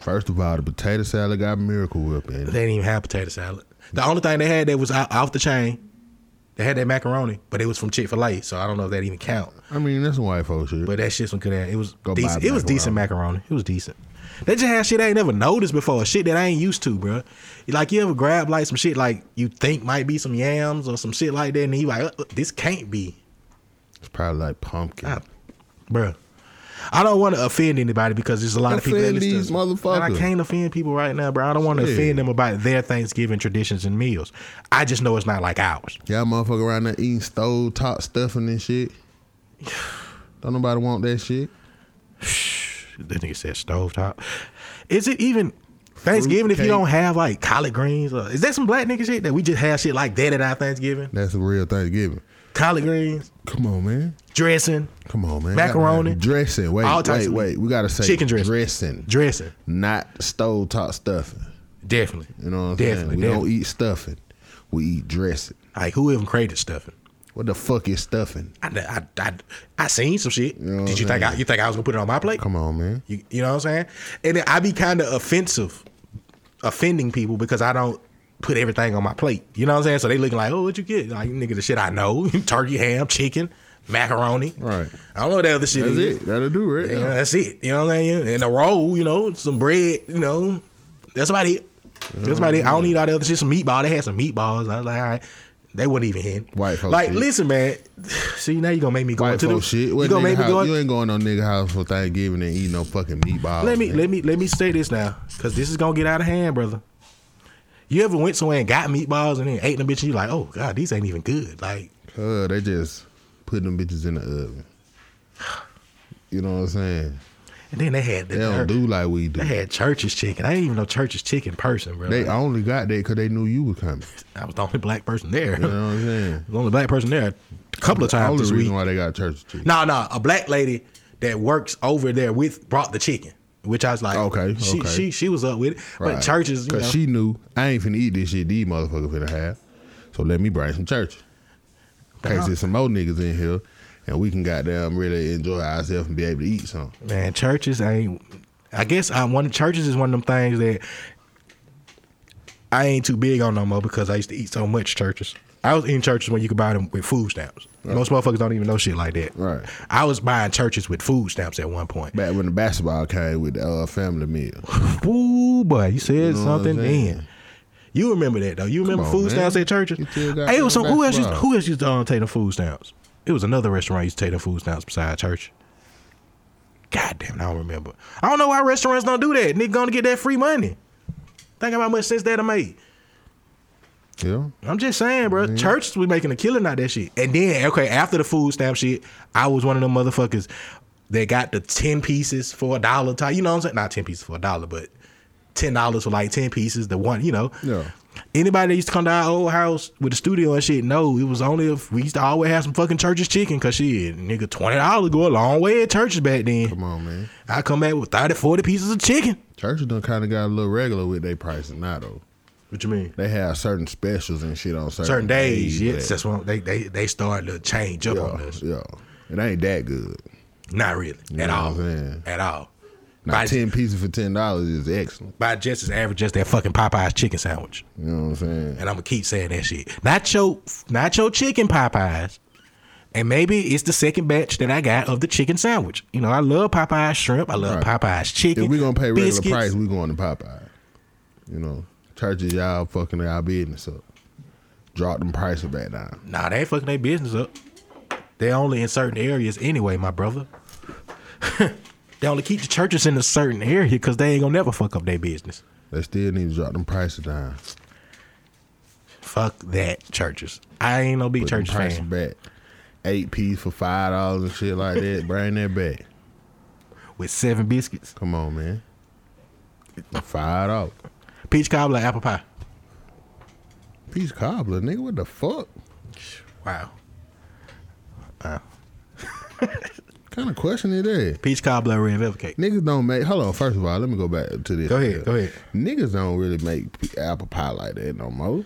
First of all, the potato salad got miracle whip in they it. didn't even have potato salad. The only thing they had that was out, off the chain. They had that macaroni, but it was from Chick Fil A, so I don't know if that even count. I mean, that's some white folks shit. But that shit's some good ass. It was Go buy decent. It was macaroni. decent macaroni. It was decent. They just had shit I ain't never noticed before. Shit that I ain't used to, bro. Like you ever grab like some shit like you think might be some yams or some shit like that, and you like uh, uh, this can't be, It's probably like pumpkin. bro. I don't want to offend anybody because there's a lot of people that Offend listen to these us. And I motherfuckers. can't offend people right now, bro. I don't want to Shit. offend them about their Thanksgiving traditions and meals. I just know it's not like ours. Y'all motherfucker around there eating stove top stuffing and shit. Don't nobody want that shit. That nigga said stovetop. Is it even Thanksgiving if you Fruitcake. don't have like collard greens? Or, is that some black nigga shit that we just have shit like that at our Thanksgiving? That's a real Thanksgiving. Collard greens, Come on, man. dressing, Come on, man. Macaroni. Gotta have dressing. Wait, All types wait, of- wait. We gotta say Chicken dressing. dressing, dressing. not stove top stuffing. Definitely. You know what I'm Definitely, saying? We definitely. don't eat stuffing. We eat dressing. Like who even created stuffing? What the fuck is stuffing? I, I, I, I seen some shit. what Did you I'm think I, saying? you think I was gonna put it on my plate? Come on, man. You, you know what I'm saying? And then I be kind of offensive, offending people because I don't put everything on my plate. You know what I'm saying? So they looking like, oh, what you get? Like, nigga, the shit I know: turkey, ham, chicken, macaroni. Right. I don't know what the other shit That's is. it. That'll do right Yeah, now. that's it. You know what I'm saying? And a roll, you know, some bread, you know. That's about it. That's about it. I don't need all the other shit. Some meatball. They had some meatballs. I was like, all right. They wasn't even in. White folks Like, shit. listen, man. See, now you gonna make me go White into the folks shit. You What gonna nigga make me house- go. in- you ain't going no nigga house for Thanksgiving and eating no fucking meatballs. let me Oh, man. let me let me say this now, cause this is gonna get out of hand, brother. You ever went somewhere and got meatballs and then ate them bitch and you like, oh god, these ain't even good. Like, Uh, they just putting them bitches in the oven. You know what I'm saying? and then they had the, They don't do like we do. they had church's chicken. I ain't even know church's chicken person, bro. They only got that because they knew you were coming. I was the only black person there. You know what I'm saying? The only black person there a couple of The times only this reason week. why they got church chicken. No, no, a black lady that works over there with brought the chicken, which I was like, Okay, she okay. she she was up with it. But churches, you know, Because she knew I ain't finna eat this shit these motherfuckers finna have. So let me bring some church. In case there's some old niggas in here and we can goddamn really enjoy ourselves and be able to eat something. Man, churches ain't. I guess I one churches is one of them things that I ain't too big on no more because I used to eat so much churches. I was eating churches when you could buy them with food stamps. Most motherfuckers don't even know shit like that. Right. I was buying churches with food stamps at one point. Back when the basketball came with the uh, family meal. Ooh, boy, you said know what I'm something saying? then. You remember that though? You remember on, food man. stamps at churches? You still got Hey, it was some some, who else used basketball. who else used to um, take the food stamps? It was another restaurant used to take the food stamps beside church. God damn, I don't remember. I don't know why restaurants don't do that. Nigga gonna get that free money. Think about how much sense that'll make. Yeah. I'm just saying, bro. Church was making a killing out of that shit. And then, okay, after the food stamp shit, I was one of them motherfuckers that got the 10 pieces for a dollar type. You know what I'm saying? Not 10 pieces for a dollar, but $10 for like 10 pieces. The one, you know. Yeah. Anybody that used to come to our old house with the studio and shit, no, it was only if we used to always have some fucking church's chicken because shit, nigga, $20 go a long way at churches back then. Come on, man. I come back with 30, 40 pieces of chicken. Churches done kind of got a little regular with their pricing now though. What you mean? They have certain specials and shit on certain, Certain days, days yes. that- That's when they, they, they started to change up on us. Yeah, it ain't that good. Not really You at know all. what I'm saying? At all. Now, By- ten pieces for ten dollars is excellent. By just as average as that fucking Popeyes chicken sandwich. You know what I'm saying? And I'm gonna keep saying that shit. Not your, not your chicken Popeyes. And maybe it's the second batch that I got of the chicken sandwich. You know, I love Popeyes shrimp. I love Popeyes chicken. If we gonna pay regular biscuits. price, we going to Popeye. You know, churches y'all fucking y'all business up. Drop them prices back down. Nah, they ain't fucking their business up. They only in certain areas anyway, my brother. they only keep the churches in a certain area because they ain't gonna never fuck up their business. They still need to drop them prices down. Fuck that, churches. I ain't no big Put them church prices fan. back. Eight piece for five dollars and shit like that. Bring that back. With seven biscuits. Come on, man. Five dollars. Peach cobbler, apple pie. Peach cobbler, nigga. What the fuck? Wow. Wow. kind of question it is. Peach cobbler, red velvet cake. Niggas don't make. Hold on. First of all, let me go back to this. Go ahead, go ahead. Niggas don't really make p- apple pie like that no more.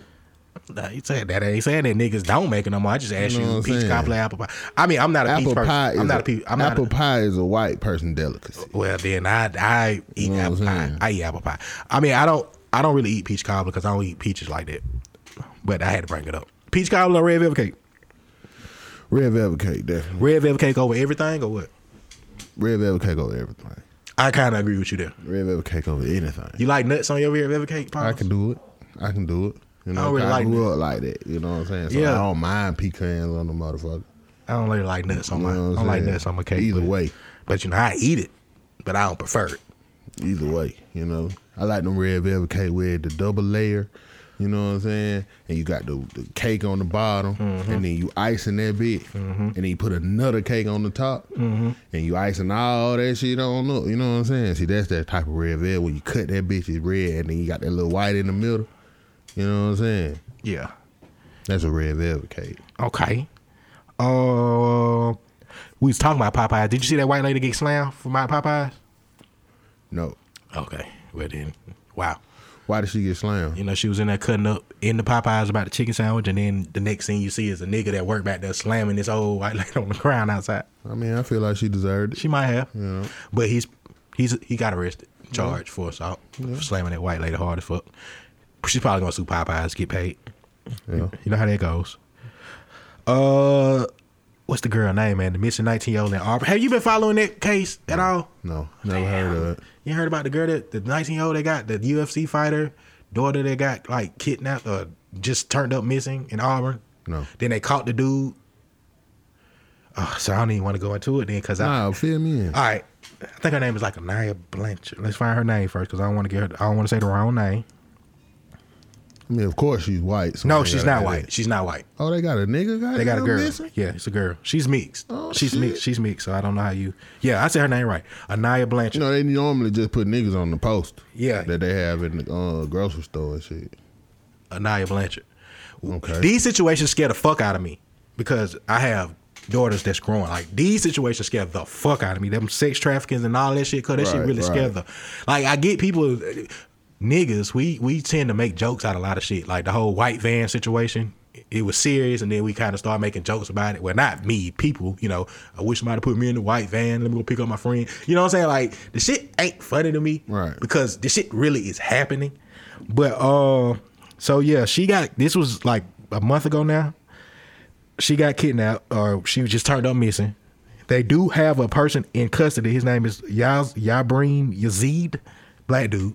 Nah, you saying that I ain't saying that niggas don't make it no more. I just asked You you, know what I'm peach saying? cobbler, apple pie. I mean, I'm not a apple peach person. pie is I'm not a peach. I'm apple not. A, pie is a white person delicacy. well, then I I eat apple pie. I eat apple pie. I mean, I don't I don't really eat peach cobbler because I don't eat peaches like that. But I had to bring it up. Peach cobbler, red velvet cake. Red velvet cake, definitely. Red velvet cake over everything or what? Red velvet cake over everything. I kind of agree with you there. Red velvet cake over anything. You like nuts on your red velvet cake? Pop? I can do it. I can do it. You know, I don't really 'cause like grew up like that. You know what I'm saying? So Yeah. I don't mind pecans on the motherfucker. I don't really like nuts on my. You know what I I'm don't like saying? nuts on my cake. Either but- way. but you know I eat it, but I don't prefer it. Either way, you know. I like them red velvet cake with the double layer. You know what I'm saying? And you got the, the cake on the bottom, Mm-hmm. and then you icing that bit, and then you put another cake on the top, Mm-hmm. and you icing all that shit on up. You know what I'm saying? See, that's that type of red velvet. When you cut that bitch, it's red, and then you got that little white in the middle. You know what I'm saying? Yeah. That's a red velvet cake. Okay. Uh, we was talking about Popeyes. Did you see that white lady get slammed for my Popeyes? No. Okay. Well then, wow. Why did she get slammed? You know, she was in there cutting up in the Popeyes about the chicken sandwich, and then the next thing you see is a nigga that worked back there slamming this old white lady on the ground outside. I mean, I feel like she deserved it. She might have. But he's he's he got arrested, charged for assault, for slamming that white lady hard as fuck. She's probably gonna sue Popeyes, get paid. Yeah. You know how that goes. Uh, what's the girl name, man? The missing nineteen year old in Auburn. Have you been following that case at all? No, never heard of it. You heard about the girl that the nineteen year old they got the UFC fighter daughter that got like kidnapped or just turned up missing in Auburn. No. Then they caught the dude. Oh, so I don't even want to go into it then because I Nah, fill me in. all right. I think her name is like Anaya Blanchard. Let's find her name first because I don't want to get her. I don't want to say the wrong name. I mean, of course she's white. so No, they she's gotta not do white. that. She's not white. Oh, they got a nigga. Got They got a him girl. missing? Yeah, it's a girl. She's mixed. Oh, she's shit. mixed. She's mixed. So I don't know how you. Yeah, I said her name right. Anaya Blanchard. You know, they normally just put niggas on the post. Yeah. That they have in the uh, grocery store and shit. Anaya Blanchard. Okay. These situations scare the fuck out of me because I have daughters that's growing. Like these situations scare the fuck out of me. Them sex traffickings and all that shit. Cause that shit Right, really right. scare the. Like I get people, niggas. We we tend to make jokes out of a lot of shit. Like the whole white van situation. it was serious, and then we kind of started making jokes about it. Well, not me, people. You know, I wish somebody put me in the white van. Let me go pick up my friend. You know what I'm saying? Like the shit ain't funny to me, right? Because the shit really is happening. But uh, so yeah, she got this was like a month ago now. She got kidnapped, or she was just turned up missing. They do have a person in custody. His name is Yaz Yabrim Yazid, black dude.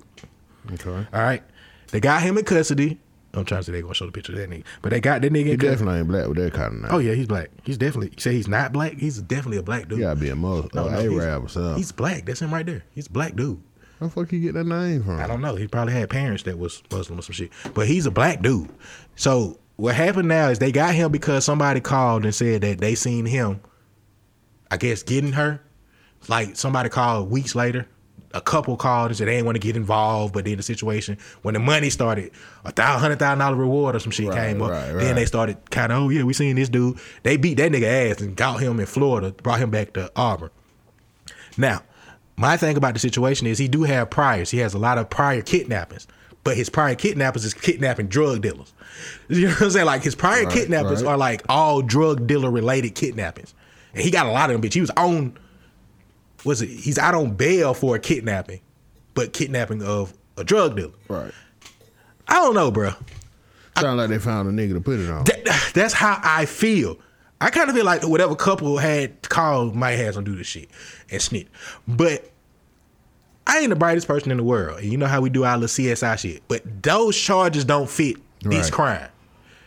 Okay. All right. They got him in custody. I'm trying to say they gonna show the picture of that nigga, but they got that nigga. He in custody. definitely ain't black with that kind of name. Oh yeah, he's black. He's definitely. You say he's not black. He's definitely a black dude. He gotta be a mother, No, uh, no, he's- Arab or something. He's black. That's him right there. He's a black dude. How the fuck you get that name from? I don't know. He probably had parents that was Muslim or some shit. But he's a black dude. So what happened now is they got him because somebody called and said that they seen him. I guess getting her. Like somebody called weeks later. A couple called and said they didn't want to get involved, but then the situation when the money started, a thousand hundred thousand dollar reward or some shit came up. Then they started kind of, oh yeah, we seen this dude. They beat that nigga ass and got him in Florida, brought him back to Auburn. Now, my thing about the situation is he do have priors. He has a lot of prior kidnappings, but his prior kidnappers is kidnapping drug dealers. You know what I'm saying? Like his prior Right, kidnappers right. are like all drug dealer related kidnappings, and he got a lot of them. Bitch, he was on. Was it? He's out on bail for a kidnapping, but kidnapping of a drug dealer. Right. I don't know, bro. Sound like they found a nigga to put it on. That- that's how I feel. I kind of feel like whatever couple had called might have some do this shit and snitch. But I ain't the brightest person in the world. And you know how we do our little CSI shit. But those charges don't fit this Right. crime.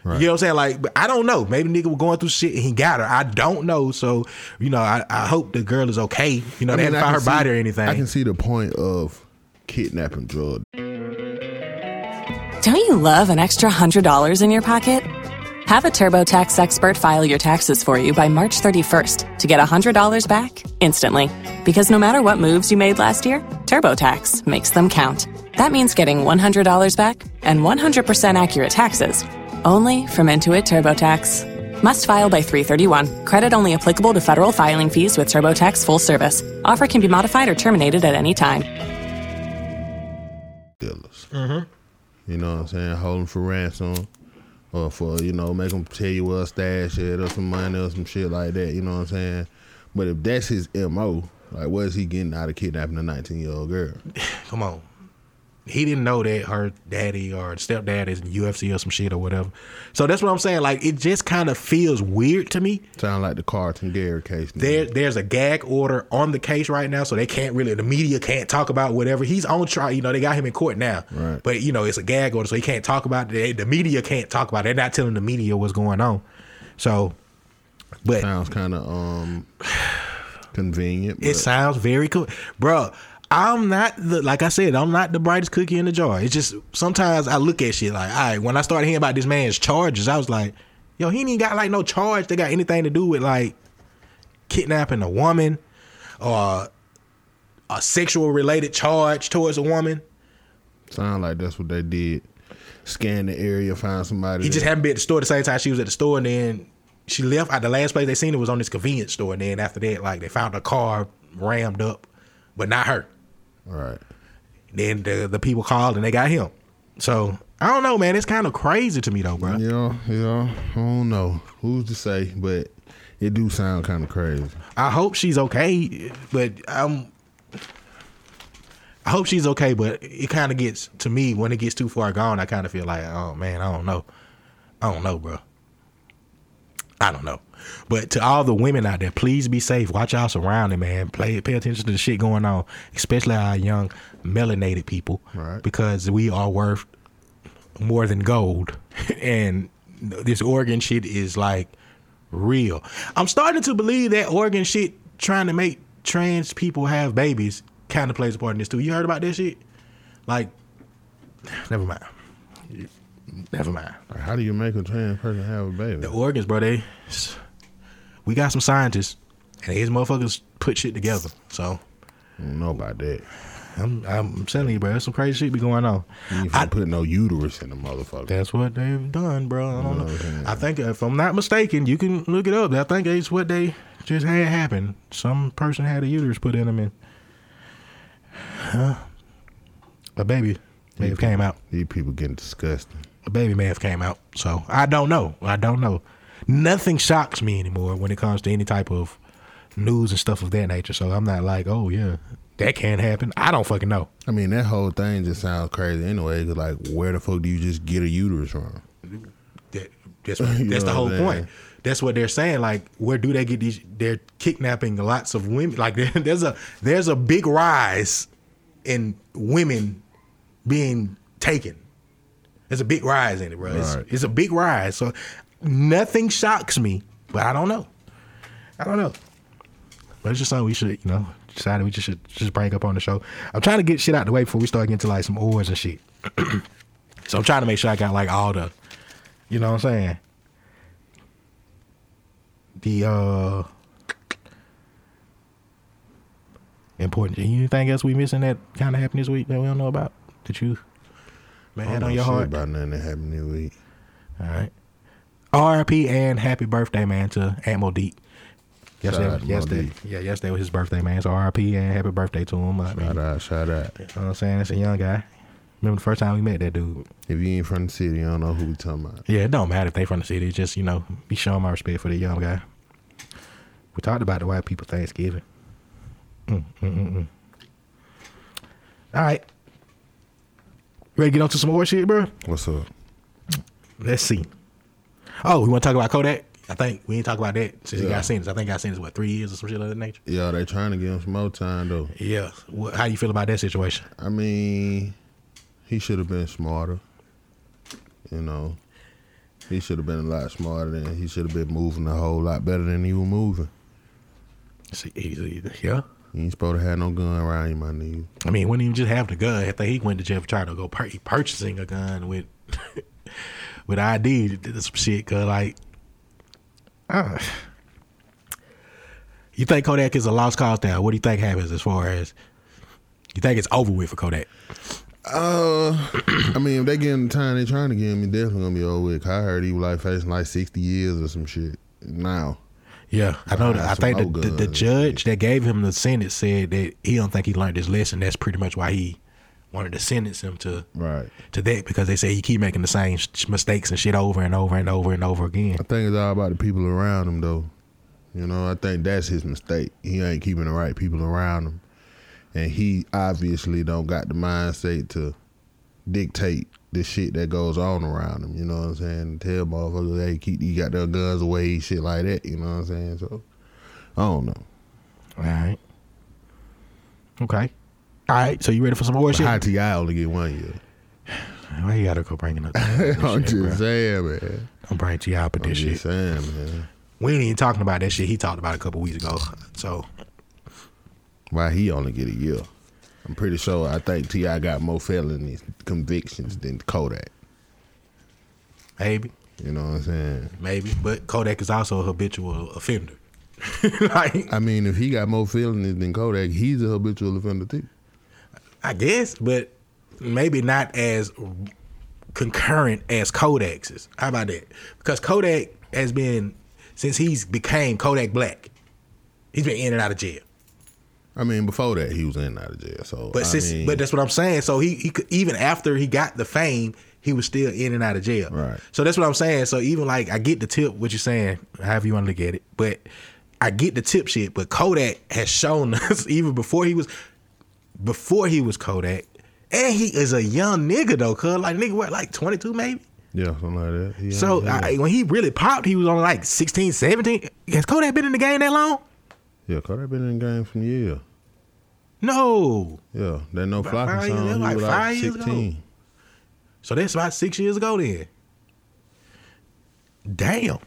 You know what I'm saying? Like, but I don't know. Maybe nigga was going through shit and he got her. I don't know. So, you know, I, I hope the girl is okay. You know, they didn't find her body or anything. I can see the point of kidnapping drug. Don't you love an extra $100 in your pocket? Have a TurboTax expert file your taxes for you by March 31st to get $100 back instantly. Because no matter what moves you made last year, TurboTax makes them count. That means getting $100 back and 100% accurate taxes only from Intuit TurboTax. Must file by 331. Credit only applicable to federal filing fees with TurboTax full service. Offer can be modified or terminated at any time. Mm-hmm. You know what I'm saying? Hold them for ransom. Or for, you know, make them tell you where a stash it or some money or some shit like that. You know what I'm saying? But if that's his MO, like, what is he getting out of kidnapping a 19 year old girl? Come on. he didn't know that her daddy or stepdad is in UFC or some shit or whatever. So that's what I'm saying. Like it just kind of feels weird to me. Sound like the Carlton Gary case. There, there's a gag order on the case right now, so they can't really. The media can't talk about whatever he's on trial. You know, they got him in court now, Right. but you know it's a gag order, so he can't talk about it. They- The media can't talk about it. They're not telling the media what's going on. So, but sounds kind of um convenient. It but- sounds very cool, bro. I'm not the like I said. I'm not the brightest cookie in the jar. It's just sometimes I look at shit like, all right. When I started hearing about this man's charges, I was like, yo, he ain't even got like no charge that got anything to do with like kidnapping a woman or a sexual related charge towards a woman. Sound like that's what they did. Scan the area, find somebody. He just that- happened to be at the store the same time she was at the store, and then she left. At the last place they seen her was on this convenience store, and then after that, like they found her car rammed up, but not her. Right. Then the the people called and they got him. So I don't know, man. It's kind of crazy to me though, bro. Yeah, yeah. I don't know who's to say, but it do sound kind of crazy. I hope she's okay, but I'm. I hope she's okay, but it kind of gets to me when it gets too far gone. I kind of feel like, oh man, I don't know, I don't know, bro. I don't know. But to all the women out there, please be safe. Watch y'all surrounding, man. Play, pay attention to the shit going on, especially our young melanated people, right. because we are worth more than gold, and this organ shit is like real. I'm starting to believe that organ shit trying to make trans people have babies kind of plays a part in this too. You heard about that shit? Like, never mind. Never mind. Like, how do you make a trans person have a baby? The organs, bro. They, we got some scientists, and these motherfuckers put shit together. So, I don't know about that. I'm, I'm telling you, bro. There's some crazy shit be going on. You ain't I put no uterus in the motherfucker. That's what they've done, bro. I don't know. I think if I'm not mistaken, you can look it up. I think it's what they just had happen. Some person had a uterus put in them, and huh, a baby, baby came out. These people getting disgusting. a baby math came out. So I don't know. I don't know. Nothing shocks me anymore when it comes to any type of news and stuff of that nature. So I'm not like, oh yeah, that can't happen. I don't fucking know. I mean, that whole thing just sounds crazy anyway. 'cause, like, where the fuck do you just get a uterus from? That, that's what- You that's the know whole what I'm point. saying? That's what they're saying. Like, where do they get these? They're kidnapping lots of women. Like, there, there's a there's a big rise in women being taken. There's a big rise in it, bro. It's, Right. it's a big rise. So nothing shocks me, but I don't know. I don't know. But it's just something we should, you know, decided we just should just bring up on the show. I'm trying to get shit out the way before we start getting to like some ores and shit. so I'm trying to make sure I got like all the, you know what I'm saying? The uh important. Anything else we missing that kind of happened this week that we don't know about? That you man I had don't know on your shit heart? about nothing that happened this week. All right. RIP and happy birthday, man, to Aunt Modique. Yesterday, Shout out to yesterday, Modique. yeah, yesterday was his birthday, man. So RIP and happy birthday to him. I mean, Shout out, shout out. you know what I'm saying? That's a young guy. Remember the first time we met that dude. If you ain't from the city, I don't know who we talking about. Yeah, it don't matter if they from the city. It's Just you know, be showing my respect for the young guy. We talked about the white people Thanksgiving. Mm, mm, mm, mm. All right, ready to get on to some more shit, bro? What's up? Let's see. Oh, we want to talk about Kodak? I think we ain't talk about that since he Yeah. got sentenced. I think got sentenced what three years or some shit of that nature. Yeah, they trying to give him some more time though. Yeah. What, how you feel about that situation? I mean, he should have been smarter. You know, he should have been a lot smarter than he should have been moving a whole lot better than he was moving. See, easy, e-, yeah. You ain't supposed to have no gun around you, my nigga. I mean, wouldn't even just have the gun. I think he went to jail for trying to go pur- purchasing a gun with with ID did some shit. Cause like, uh, you think Kodak is a lost cause now? What do you think happens as far as you think it's over with for Kodak? Uh, I mean, if they give him the time they trying to give him, he definitely gonna be over with. I heard he was like facing like sixty years or some shit. Now, Yeah, I know. that I Some think the, old the, the guns. judge that gave him the sentence said that he don't think he learned his lesson. That's pretty much why he wanted to sentence him to right to that because they say he keep making the same sh- mistakes and shit over and over and over and over again. I think it's all about the people around him, though. You know, I think that's his mistake. He ain't keeping the right people around him, and he obviously don't got the mindset to dictate the shit that goes on around him. You know what I'm saying? Tell motherfuckers, hey, keep you got their guns away, shit like that. You know what I'm saying? So, I don't know. All right. Okay. All right. So you ready for some more shit? High Ti only get one year. Why you gotta go bringing up? I'm shit, just bro? saying, Oh, man. Don't bring Ti up with I'm this shit. just saying, man. We ain't even talking about that shit. He talked about it a couple weeks ago. So Why he only get a year? I'm pretty sure. I think Ti got more felony convictions than Kodak. maybe, You know what I'm saying? maybe, but Kodak is also a habitual offender. like I mean, if he got more felonies than Kodak, he's a habitual offender too. I guess, but maybe not as concurrent as Kodak's is. How about that? Because Kodak has been since he's became Kodak Black, he's been in and out of jail. I mean, before that, he was in and out of jail. So, But I since, mean, but that's what I'm saying. So he, he could, even after he got the fame, he was still in and out of jail. Right. So that's what I'm saying. So even like I get the tip, what you're saying, however you want to look at it, but I get the tip shit. But Kodak has shown us even before he was, before he was Kodak, and he is a young nigga though, cause like nigga what like 22 maybe. yeah, something like that. He so ain't- he I, ain't- when he really popped, he was on like 16, 17. Has Kodak been in the game that long? yeah, Kodak been in the game from year. No. Yeah, that no About flocking five years song. ago, He like was five like years ago. sixteen. So that's about six years ago then. Damn.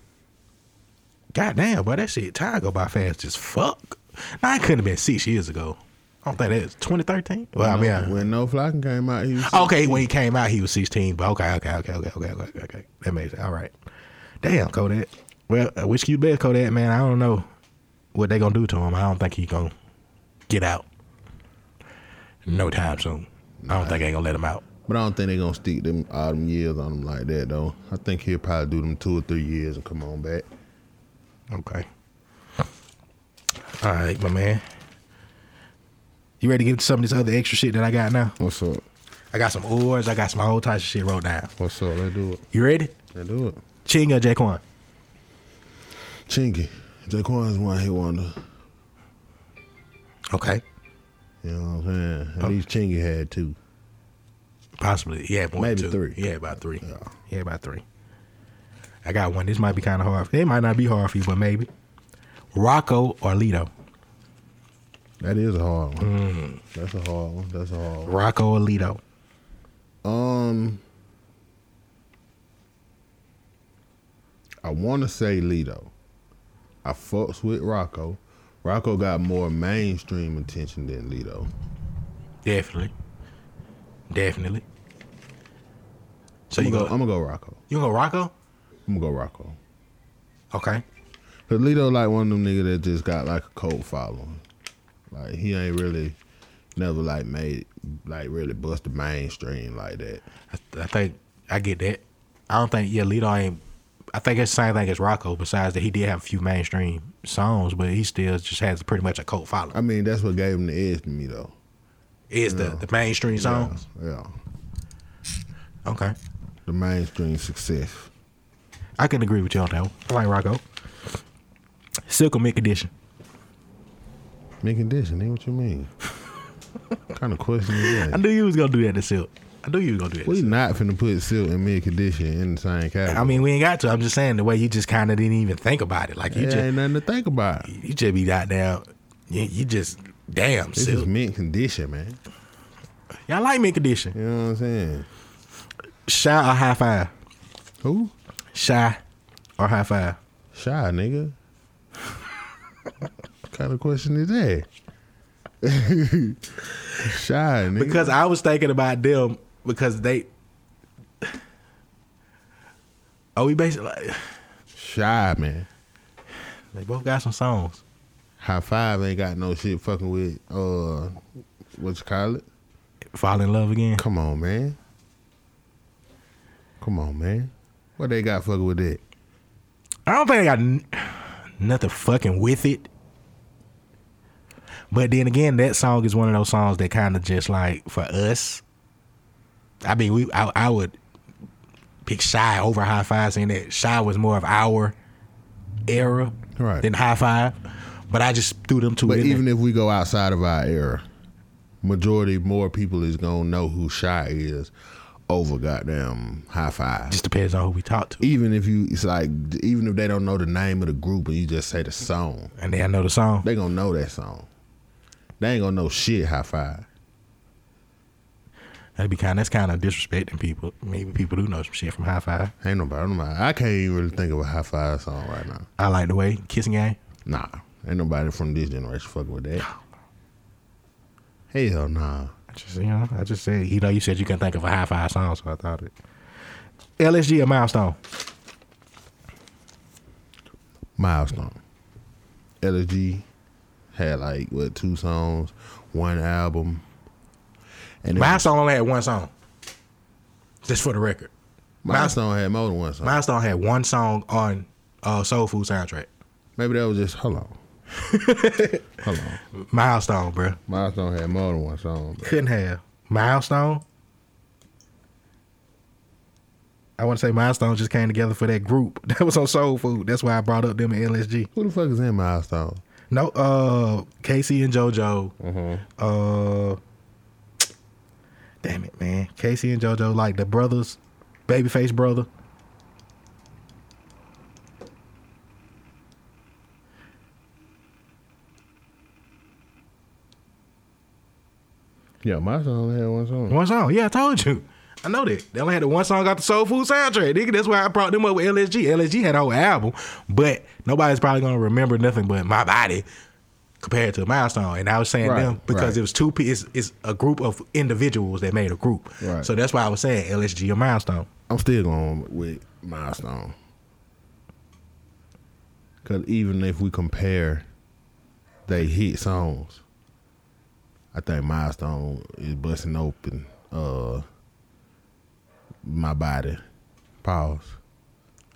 God damn, boy, that shit time go by fast as fuck. Nah, it couldn't have been six years ago. I don't think that's 2013. Well, I mean, I- Oh, when no flocking came out, he was okay, when he came out, he was 16. But okay, okay, okay, okay, okay, okay, okay, okay. That makes it all right. Damn, Kodak. Well, I wish you best, Kodak, man. I don't know what they gonna do to him. I don't think he gonna get out no time soon. I don't think they gonna let him out. But I don't think they gonna stick them all them years on him like that though. I think he'll probably do them two or three years and come on back. Okay. All right, my man. You ready to get to some of this other extra shit that I got now? What's up? I I got some oars. I got some whole types of shit wrote down. What's up? Let's do it. You ready? Let's do it. Chinga Jaquan. Chingy. Jaquan's one hit wonder. Okay. You know what I'm saying? At least Chingy had two. Possibly. Yeah, one, Maybe two. three. Yeah, about three. Yeah. about three. I got one. This might be kind of hard. It might not be hard for you, but maybe. Rocco or Lito? That is a hard one. That's a hard one. That's a hard one. Rocco or Lito? Um, I want to say Lito. I fucks with Rocco. Rocco got more mainstream attention than Lito. Definitely. Definitely. So I'm you gonna go- I'm gonna go Rocco. You gonna go Rocco? I'm gonna go Rocco. Okay. Cause Lito like one of them niggas that just got like a cult following. Like he ain't really never like made like really bust the mainstream like that. I, I think I get that. I don't think yeah, Lito ain't. I think it's the same thing as Rocco. Besides that, he did have a few mainstream songs, but he still just has pretty much a cult following. I mean that's what gave him the edge to me though. Is Yeah. the the mainstream songs? Yeah. Okay. The mainstream success. I can agree with you on that one. I like Rocco. Silk or mid condition? Mid condition, ain't what you mean. kind of question is I that? knew you was gonna do that to Silk. I knew you was gonna do that. to We not finna put Silk and mid condition in the same category. I mean, we ain't got to. I'm just saying the way you just kind of didn't even think about it. Like you Yeah, just ain't nothing to think about. You just be goddamn. You, you just damn. This Silk. is mint condition, man. Y'all like mint condition. You know what I'm saying? Shy or high five? Who? Shy or high five? Shy, nigga. what kind of question is that? Shy, nigga. Because I was thinking about them because they. Are oh, we basically like, Shy, man. they both got some songs? High five ain't got no shit fucking with uh what you call it? Fall in love again. Come on, man. Come on, man. What they got fucking with that? I don't think I got n- nothing fucking with it. But then again, that song is one of those songs that kind of just like for us. I mean, we I, I would pick shy over high five, saying that shy was more of our era Right. than high five. But I just threw them two But in there. even if we go outside of our era, majority more people is gonna know who Shy is over goddamn high five. Just depends on who we talk to. Even if you, it's like even if they don't know the name of the group and you just say the song, and they know the song, they gonna know that song. They ain't gonna know shit. High five. That'd be kind. That's kind of disrespecting people. Maybe people do know some shit from high five. Ain't nobody. nobody I can't even really think of a high five song right now. I like the way kissing game. Nah, ain't nobody from this generation fucking with that. Hell nah. I just, you know, I just said, you know, you said you can think of a high five song, so I thought it. LSG or milestone? milestone. LG had like what two songs, one album, and then Milestone only had one song. Just for the record, milestone had more than one song. milestone had one song on uh, Soul Food soundtrack. Maybe that was just hold on, hold on. Milestone, bro, Milestone had more than one song. bro. couldn't have milestone. I want to say milestone just came together for that group that was on Soul Food. That's why I brought up them and LSG. Who the fuck is in milestone? No, uh, Casey and JoJo. Mm-hmm. Uh, damn it, man. Casey and JoJo, like the brothers, babyface brother. Yeah, milestone only had one song. One song. Yeah, I told you. I know that. They only had the one song off the Soul Food soundtrack. Nigga, that's why I brought them up with LSG. LSG had a whole album, but nobody's probably going to remember nothing but My Body compared to Milestone. And I was saying Right, them because right. it was two, pe- it's, it's a group of individuals that made a group. Right. So that's why I was saying LSG or Milestone. I'm still going with milestone. Cause even if we compare, they hit songs. I think milestone is busting open. Uh, my body. Pause.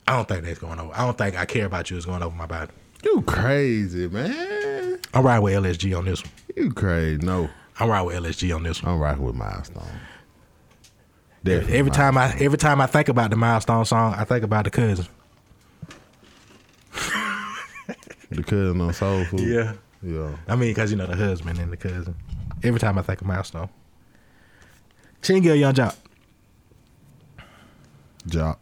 I don't think that's going over. I don't think I care about you is going over my body. You crazy, man. I'm riding with LSG on this one. You crazy. No. I'm riding with LSG on this one. I'm rocking with Milestone. Every time I every time I think about the milestone song, I think about the cousin. the cousin on Soul Food. Yeah. Yeah. I mean, because you know the husband and the cousin. Every time I think of milestone, Chingy or Young Jock? Jock.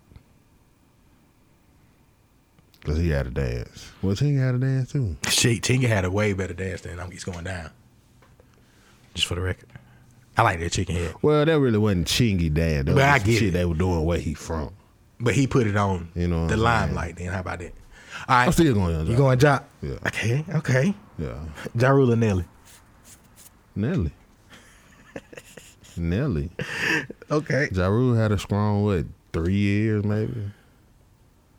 Cause he had a dance. Well, Chingy had a dance too. Shit, Chingy had a way better dance than I'm. He's going down. Just for the record, I like that chicken head. Well, that really wasn't Chingy dad. That But was I some get shit it. they were doing where he from. But he put it on you know the what I'm saying? limelight. Then how about that? All right, I'm still going Young You Jock. going Jock? Yeah. Okay, okay. Yeah. Ja Rule or Nelly? Nelly. Nelly. Okay. Jaru had a strong what three years maybe,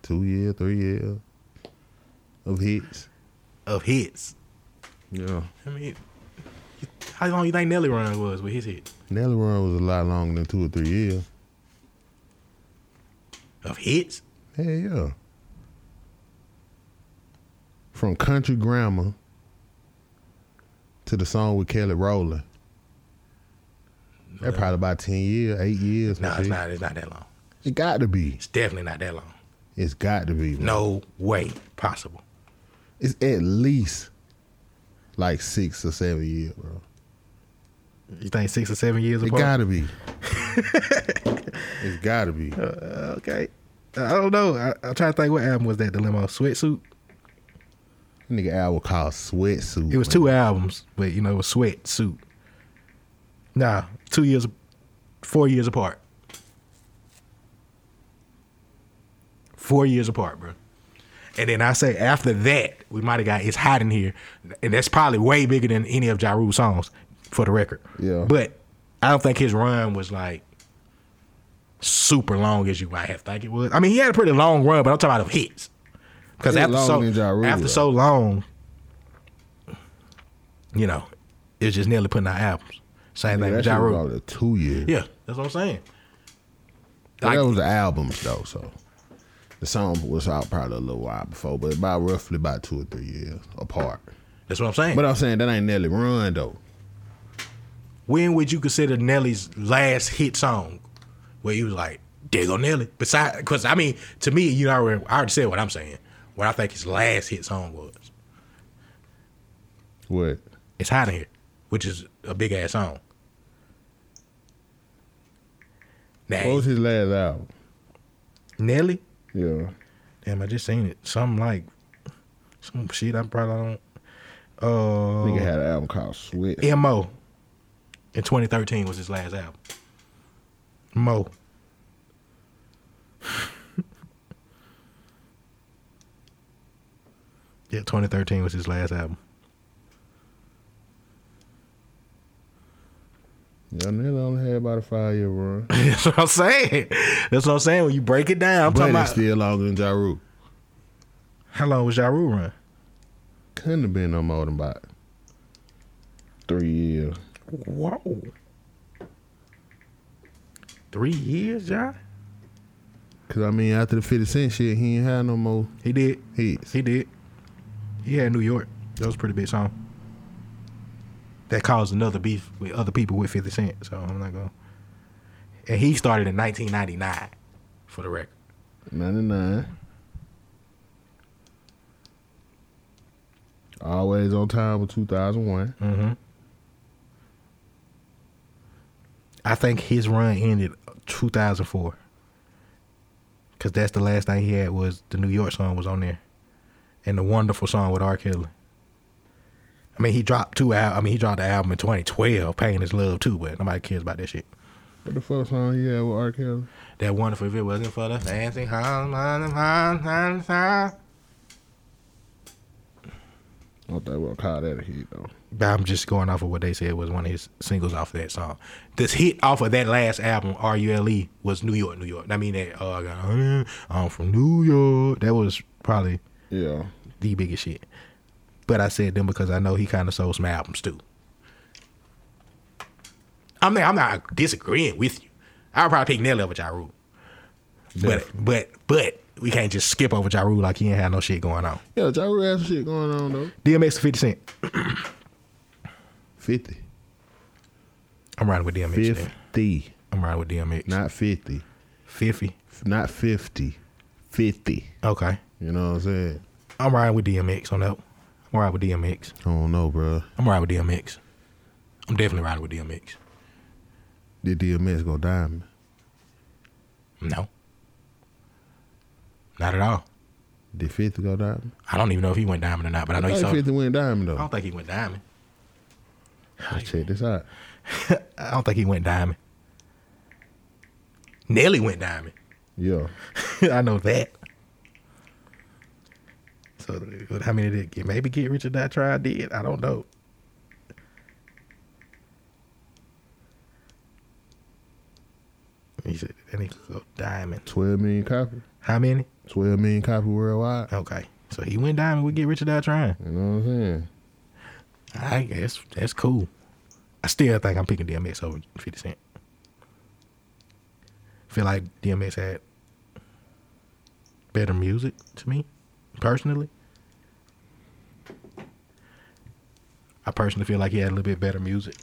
two years, three years of hits. Of hits. Yeah. I mean, how long you think Nelly Run was with his hit? Nelly Run was a lot longer than two or three years. Of hits? Hell yeah. From Country Grammar to the song with Kelly Rowland. That probably about ten years, eight years. No, some it's shit. not. It's not that long. It got to be. It's definitely not that long. It's got to be. man. No way possible. It's at least like six or seven years, bro. You think six or seven years It apart? gotta be. it's gotta be. Uh, okay. Uh, I don't know. I, I'm trying to think what album was that? The Limo Sweatsuit? Nigga album called Sweatsuit. It was two albums, but you know, it was Sweatsuit. Nah, two years, four years apart. Four years apart, bro. And then I say after that, we might have got It's Hot in Here. And that's probably way bigger than any of Ja Rule's songs, for the record. Yeah. But I don't think his run was like super long as you might have think it was. I mean, he had a pretty long run, but I'm talking about of hits. Because It after long so than Ja Rule, after though. so long, you know, it was just nearly putting out albums. Same thing That with shit Ja was Rule. probably two years. Yeah, that's what I'm saying. But that was the albums though, so the song was out probably a little while before, but about roughly about two or three years apart. That's what I'm saying. But I'm saying that ain't Nelly Run though. When would you consider Nelly's last hit song where he was like, there go Nelly? Besides, because I mean, to me, you know, I already, I already said what I'm saying, what I think his last hit song was. What? It's Hot in Here, which is a big ass song. Nah, What was his last album? Nelly? Yeah. Damn, I just seen it. Some like, some shit I probably don't. Uh, Nigga had an album called Sweat. Mo in 2013 was his last album. Mo. yeah, 2013 was his last album. Yeah, Nelly only had about a five year run. That's what I'm saying. That's what I'm saying. When you break it down, I'm but talking it's about still longer than Ja Rule. how long was Ja Rule run? Couldn't have been no more than about three years. Whoa. Three years, Ja? Cause I mean, after the Fifty Cent shit, he ain't had no more. He did. Hits. He did. He had New York. That was a pretty big song. That caused another beef with other people with 50 Cent. So I'm not going to. And he started in 1999, for the record. Ninety nine. Always on time with two thousand one. Mm-hmm. I think his run ended 2004. Because that's the last thing he had was the New York song was on there. And the wonderful song with R. Kelly. I mean, he dropped two al- I mean, he dropped the album in 2012, Pain is Love, too, but nobody cares about that shit. What the fuck song he had with R. Kelly? That wonderful, if it wasn't for the fancy, hum, hum, hum, hum, hum. I don't think we'll call that a hit though. But I'm just going off of what they said was one of his singles off of that song. This hit off of that last album, R U L E, was New York, New York. I mean that uh, I got, I'm from New York. That was probably Yeah. the biggest shit. But I said them because I know he kind of sold some albums too. I mean, I'm not disagreeing with you. I'll probably pick Nelly over Ja Rule. But but but we can't just skip over Ja Rule like he ain't had no shit going on. Yeah, Ja Rule had some shit going on though. DMX to 50 Cent. Fifty. I'm riding with DMX. today. Fifty. I'm riding with DMX. Not 50. 50. Not 50. 50. Okay. You know what I'm saying? I'm riding with DMX on that. one. I'm riding with DMX. I don't know, bro. I'm riding with DMX. I'm definitely riding with DMX. Did DMX go diamond? No. Not at all. Did 50 go diamond? I don't even know if he went diamond or not, but I know I he thought saw. Oh. 50 went diamond, though. I don't think he went diamond. Let's check this out. I don't think he went diamond. Nelly went diamond. Yeah. I know that. So but how many did it get? Maybe get Richard Die Try did. I don't know. He said and he go diamond. 12 million copy. How many? 12 million copy worldwide. Okay. So he went diamond, we get Richard Die Trying. You know what I'm saying? I guess that's cool. I still think I'm picking DMX over 50 Cent. Feel like DMX had better music to me, personally. I personally feel like he had a little bit better music.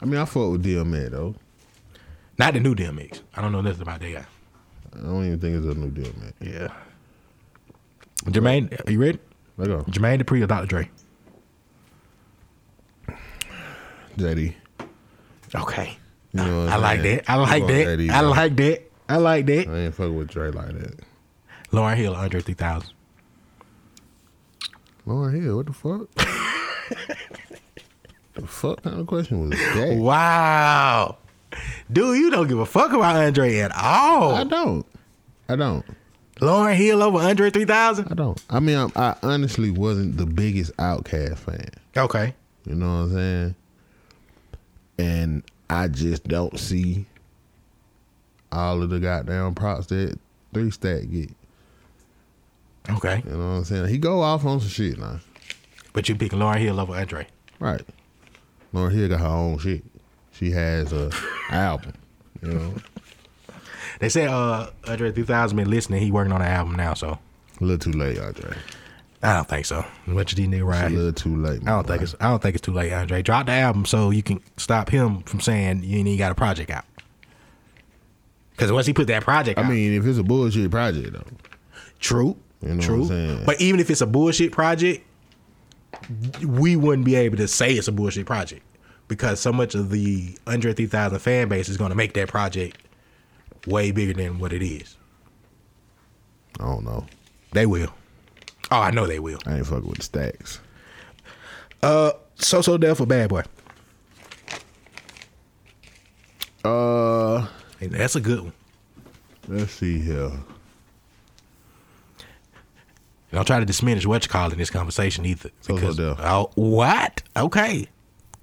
I mean, I fuck with DMX, though. Not the new DMX. I don't know nothing about that guy. I don't even think it's a new DMX. Yeah. Jermaine, are you ready? Let go. Jermaine Dupri or Dr. Dre? JD. Okay. You know what I I'm like saying? that. I like Fuck that. I bro. like that. I like that. I ain't fucking with Dre like that. Lauren Hill, Andre 3000. Lauren Hill, what the fuck? the fuck kind of question was that? Wow. Dude, you don't give a fuck about Andre at all. I don't. I don't. Lauren Hill over Andre 3000? I don't. I mean, I, I honestly wasn't the biggest Outcast fan. Okay. You know what I'm saying? And I just don't see all of the goddamn props that Three Stack get. Okay. You know what I'm saying? He go off on some shit now. But you pick Lauren Hill over Andre. Right. Lauren Hill got her own shit. She has a album. You know, They said uh, Andre 3000 been listening. He working on an album now, so. a little too late, Andre. I don't think so. Much of these niggas It's right a little too late. I don't think it's I don't think it's too late, Andre. Drop the album so you can stop him from saying you ain't even got a project out. Because once he put that project I out, mean, if it's a bullshit project though, true, you know true. what I'm saying? But even if it's a bullshit project, we wouldn't be able to say it's a bullshit project because so much of the under three thousand fan base is going to make that project way bigger than what it is. I don't know. They will. Oh, I know they will. I ain't fucking with the stacks. Uh, so so death for bad boy. Uh, And that's a good one. let's see here. And I'll try to diminish what you call in this conversation either. So Because, Def. oh, what? Okay.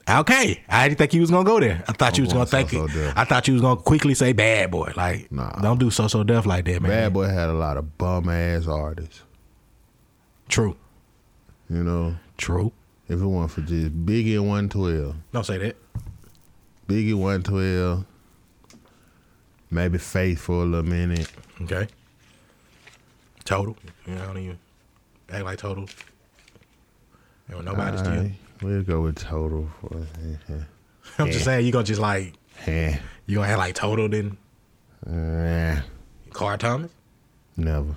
Okay. I didn't think you was gonna go there. I thought you I'm was going gonna think So So Def. I thought you was gonna quickly say bad boy. Like don't do so so deaf like that, man. Bad Boy had a lot of bum ass artists. True. You know. True. If it weren't for just Biggie one twelve, Don't say that. Biggie one twelve, maybe Faith for a little minute. Okay. Total. Yeah, I don't even act like total. There was nobody All still. right, We'll go with total for. eh, I'm just saying you gonna just like Yeah. you gonna act like total then Nah, Car Thomas? never,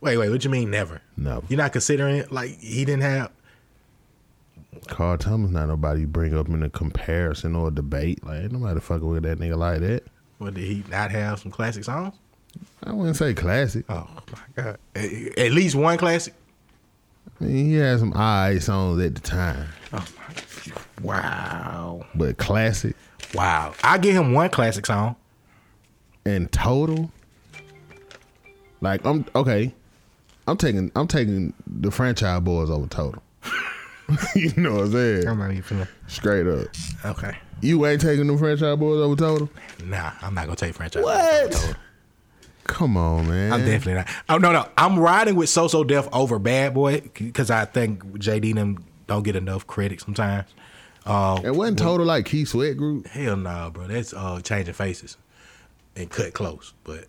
Wait, wait, what you mean never? never. You're not considering it like he didn't have Carl Thomas not nobody you bring up in a comparison or a debate. Like ain't nobody fucking with that nigga like that. what did he not have some classic songs? I wouldn't say classic. Oh my god! At, at least one classic. I mean, he had some alright songs at the time, Oh, Wow. but classic Wow. I give him one classic song. and total. Like I'm okay. I'm taking I'm taking the franchise boys over total. you know what I'm saying? I'm not even feeling. Straight up. Okay. You ain't taking the franchise boys over total? Nah, I'm not gonna take franchise. What? Come on, man. I'm definitely not. Oh no, no. I'm riding with So So Def over Bad Boy because I think JD them don't get enough credit sometimes. Uh, It wasn't total like Key Sweat Group. hell no, bro. That's uh, changing faces and cut close. But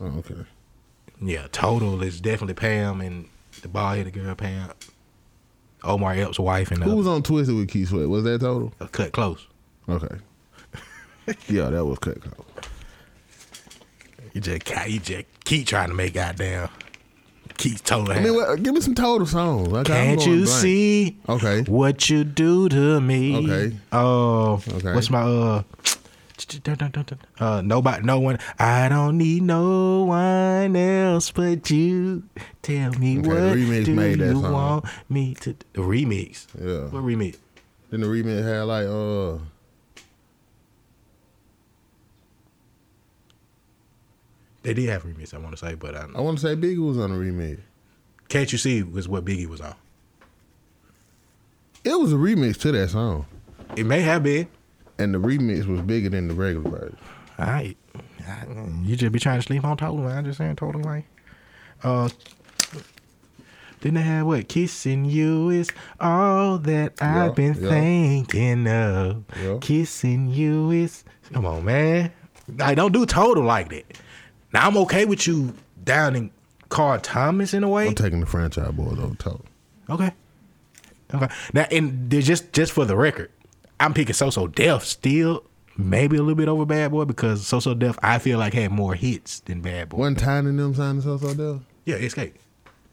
Oh, okay. yeah, total is definitely Pam and the bald headed girl Pam, Omar Epps' wife, and Who uh, was on Twisted with Key Sweat? Was that total? cut close. Okay. yeah, that was cut close. You just, ca- you just keep trying to make goddamn. Keep total. I mean, what, give me some total songs. Like, I'm Can't going you blank. see Okay. what you do to me? Okay. Oh, Okay. what's my uh? dun, dun, dun, dun. Uh, nobody, no one. I don't need no one else but you. Tell me Okay, the what remix do made that you song. want me to? do? The remix. Yeah. What remix? Then the remix had like uh They did have a remix. I want to say, but I, I want to say Biggie was on the remix. can't you see was what Biggie was on. It was a remix to that song. It may have been. And the remix was bigger than the regular version. All right. You just be trying to sleep on total line. Just saying total line. Uh, then they had what? Kissing you is all that I've been yeah. thinking of. Kissing you is. Come on, man. Like, don't do total like that. Now I'm okay with you downing Carl Thomas in a way. I'm taking the franchise boys over total. Okay. Okay. Now, and they're just just for the record, I'm picking So So Def still maybe a little bit over Bad Boy because So So Def I feel like had more hits than Bad Boy. One time in them signing so so Dell. Yeah, Escape.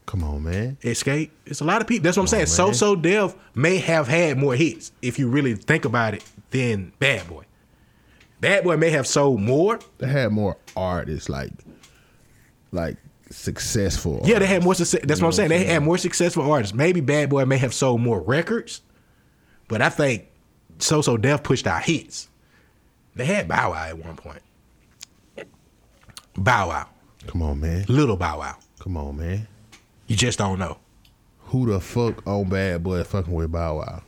Come on, man. Escape. It's a lot of people. That's what I'm saying. Come So on, So Def may have had more hits if you really think about it than Bad Boy. Bad Boy may have sold more. They had more artists like like successful. Yeah, they had more success. That's You what know I'm saying. what I'm They had more successful artists. Maybe Bad Boy may have sold more records, but I think So So Def pushed out hits. They had Bow Wow at one point. Bow Wow, Come on, man. Little Bow Wow. Come on, man. You just don't know. Who the fuck on Bad Boy fucking with Bow Wow?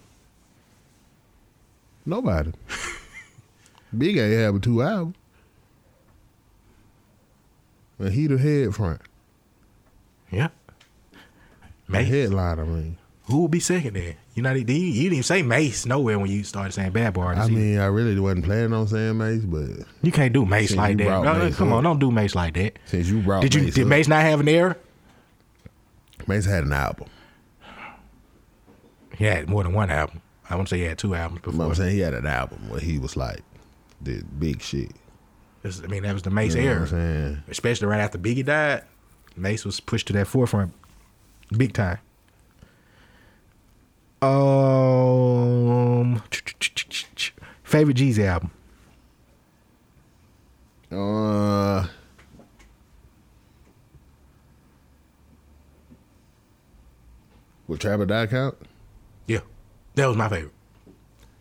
Nobody. Big ain't having two albums. And he the head front. Yeah. The headline, I mean. Who would be second then? You not you didn't even say Mace nowhere when you started saying Bad Boy artists. I mean, I really wasn't planning on saying Mace, but you can't do Mace Since like you that. brought No, no, Mace come up. on, don't do Mace like that. since you brought Did you Mace did up, Mace not have an error? Mace had an album. He had more than one album. I want to say he had two albums You know before. what I'm saying he had an album where he was like the big shit. This- I mean, that was the Mace You know what era. I'm saying? especially right after Biggie died, Mace was pushed to that forefront big time. Um, favorite Jeezy album? Uh, would Trap or Die count? Yeah, that was my favorite.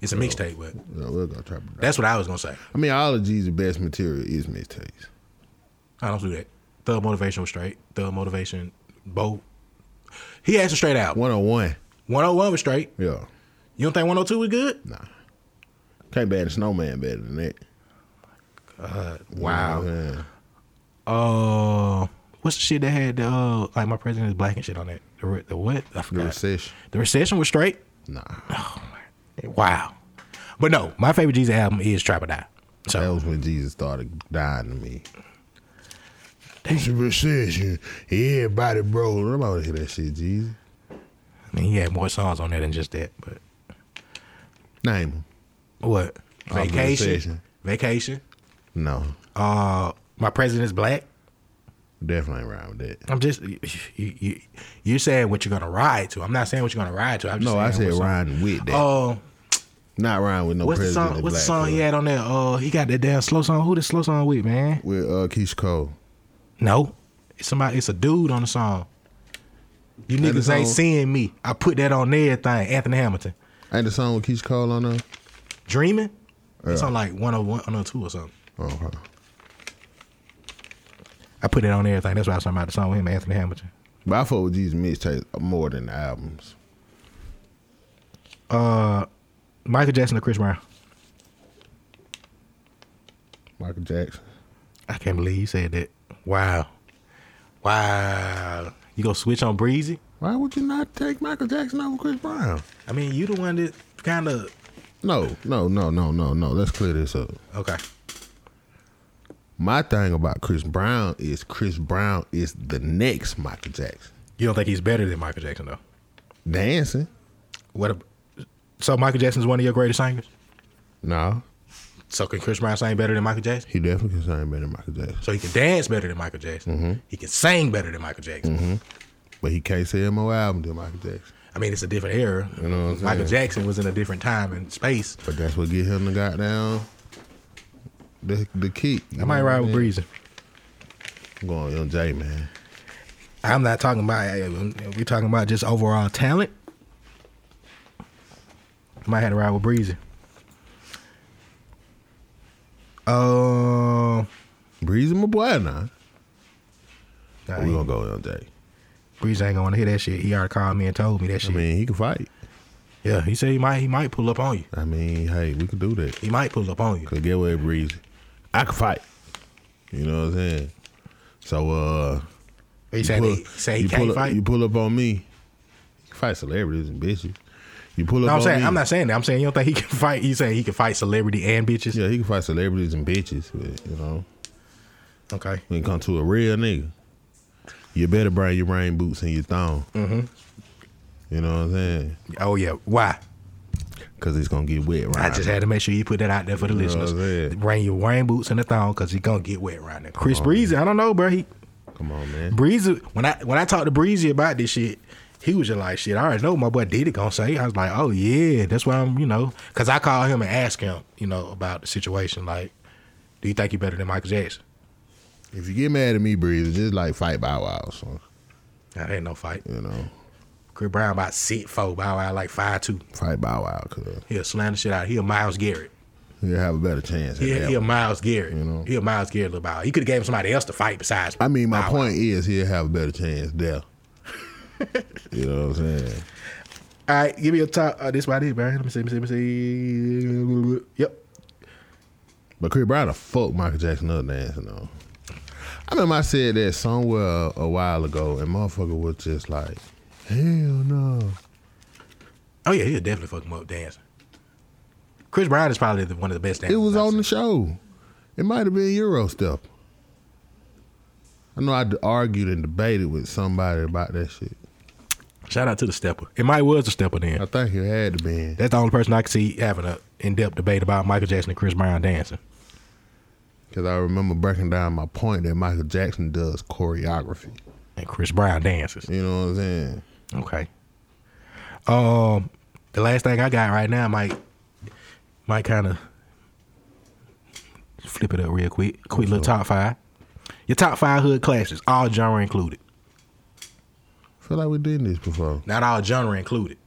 It's a mixtape, but No, we'll go Trap or Die. that's what I was gonna say. I mean, all of G's best material is mixtapes. I don't do that. Thug motivation was straight. Thug motivation, both. He has a straight out. One on one. One hundred one was straight. Yeah. You don't think one hundred two was good? Nah. Can't bad the Snowman better than that. God, You know what I'm saying? Uh, what's the shit that had the uh, like my president is black and shit on that? The, re- the what? I forgot. The recession. The recession was straight. Oh, Nah. Wow. But no, my favorite Jeezy album is Trap or Die. So That was when Jesus started dying to me. It's a recession. Everybody bro. Nobody wanna hear that shit, Jesus. I mean, he had more songs on there than just that. But Name 'em. what? Off the Vacation. Recession. Vacation. No. Uh, my president's black. Definitely ain't rhyme with that. I'm just you, you. you- You're saying what you're gonna ride to. I'm not saying what you're gonna ride to. I'm just No, I saying said what song- riding with that. Oh, Not rhyme with no what's the president. song? in What's the black, song he bro. had on there? Oh, he got that damn slow song. Who the slow song with, man? With uh, Keisha Cole. No, it's somebody. It's a dude on the song. You And the niggas ain't song- seeing me. I put that on everything. Anthony Hamilton, Ain't the song with Keisha Cole on there? dreaming. It's Yeah. on like 101, 102 or something. Oh, okay. I put it on everything. That's why I was talking about the song with him, Anthony Hamilton. But I fuck with these mixtapes more than the albums. Uh, Michael Jackson or Chris Brown? Michael Jackson. I can't believe you said that. Wow, wow. You gonna switch on Breezy? Why would you not take Michael Jackson over Chris Brown? I mean, you the one that kind of No, no, no, no, no, no. Let's clear this up. okay. My thing about Chris Brown is Chris Brown is the next Michael Jackson. You don't think he's better than Michael Jackson though? Dancing? What? A, so Michael Jackson's one of your greatest singers? No. So can Chris Brown sing better than Michael Jackson? He definitely can sing better than Michael Jackson. So he can dance better than Michael Jackson. Mhm. He can sing better than Michael Jackson. hmm But he can't sell more album than Michael Jackson. I mean, it's a different era. You know what I'm saying? Michael Jackson was in a different time and space. But that's what get him the goddamn the the kick. I might ride with Breezy. I'm going with Young J, man. I'm not talking about. We're talking about just overall talent. I might have to ride with Breezy. Uh, Breezy, my boy, now. Nah, we gonna go with Young J. Breezy ain't gonna hear that shit. He already called me and told me that shit. I mean, he can fight. Yeah, he said he might. He might pull up on you. I mean, hey, we could do that. He might pull up on you. Could get away with Breezy. I could fight. You know what I'm saying? So uh He you said pull- he- say he you can't pull up, fight? You pull up on me. You can fight celebrities and bitches. You pull up No, I'm on saying me. I'm not saying that. I'm saying you don't think he can fight. You saying he can fight celebrity and bitches? Yeah, he can fight celebrities and bitches, but, you know. Okay. When it comes to a real nigga, you better bring your rain boots and your thong. Mm-hmm. You know what I'm saying? Oh yeah. Why? Because it's gonna get wet. I just had to make sure you put that out there for the You know what listeners. I'm Bring your rain boots and a thong because he gonna get wet right now. Chris Breezy, I don't know, bro. He Come on, man. Breezy. When I when I talked to Breezy about this shit, he was just like, "Shit, I already know what my boy did it gonna say." I was like, "Oh yeah, that's why I'm you know," because I called him and asked him you know about the situation. Like, do you think you better than Michael Jackson? If you get mad at me, Breezy, just like fight Bow Wow or something. That ain't no fight. You know, Chris Brown about six four, Bow Wow like five two. Fight Bow Wow, cause He'll slam the shit out. He a Miles Garrett. you'll have a better chance. at He, that he a one. Miles Garrett. You know? He a Miles Garrett little Bow Wow. He could have gave him somebody else to fight besides. I mean, my point is he'll have a better chance there. you know what I'm saying? All right, give me a top. Uh, this why this, bro. Let me see, let me see, let me see. Yep. But Chris Brown, fuck Michael Jackson up dancing though. I remember I said that somewhere a, a while ago, and motherfucker was just like, hell no. Oh yeah, he'll definitely fuck him up dancing. Chris Brown is probably the, one of the best It dancers. was on the show. It might have been Euro Step. I know I d- argued and debated with somebody about that shit. Shout out to the stepper. It might was the stepper then. I think it had to be. That's the only person I could see having a in depth debate about Michael Jackson and Chris Brown dancing. Because I remember breaking down my point that Michael Jackson does choreography. And Chris Brown dances. You know what I'm saying? Okay. Um, the last thing I got right now might might kind of flip it up real quick. Quick little top five. Your top five hood classes, all genre included. Feel like we did this before. Not all genre included.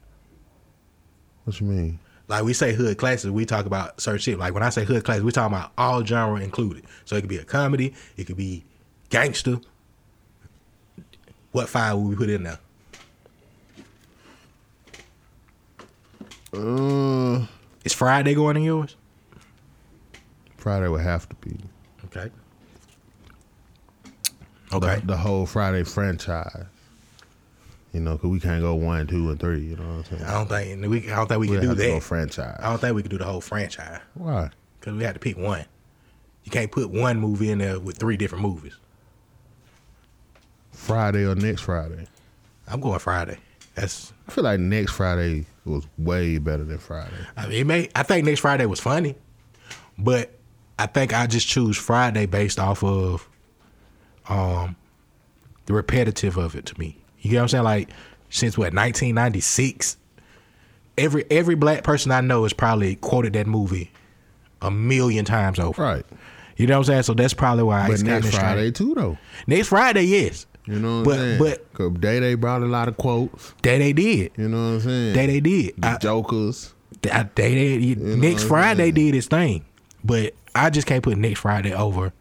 What you mean? Like we say hood classes, we talk about certain shit. Like when I say hood classes, we talking about all genre included. So it could be a comedy, it could be gangster. What five would we put in there? Uh, Is Friday going in yours? Friday would have to be. Okay. Okay. The, the whole Friday franchise. You know, because we can't go one, two, and three. You know what I'm saying? I don't think we. I don't think we We'll can do have to go that. franchise. I don't think we can do the whole franchise. Why? Because we had to pick one. You can't put one movie in there with three different movies. Friday or next Friday. I'm going Friday. That's. I feel like next Friday was way better than Friday. I mean, it may. I think next Friday was funny, but I think I just choose Friday based off of, um, the repetitive of it to me. You get what I'm saying? Like since what 1996, every every black person I know has probably quoted that movie a million times over. Right. You know what I'm saying? So that's probably why. but it's kinda next strange. Friday too, though. Next Friday, yes. You know what But- I'm saying? but- Cause Day Day brought a lot of quotes. Day Day did. You know what I'm saying? Day Day did. The Jokers. Th- I- They, they, next what I'm Friday did his thing, but I just can't put next Friday over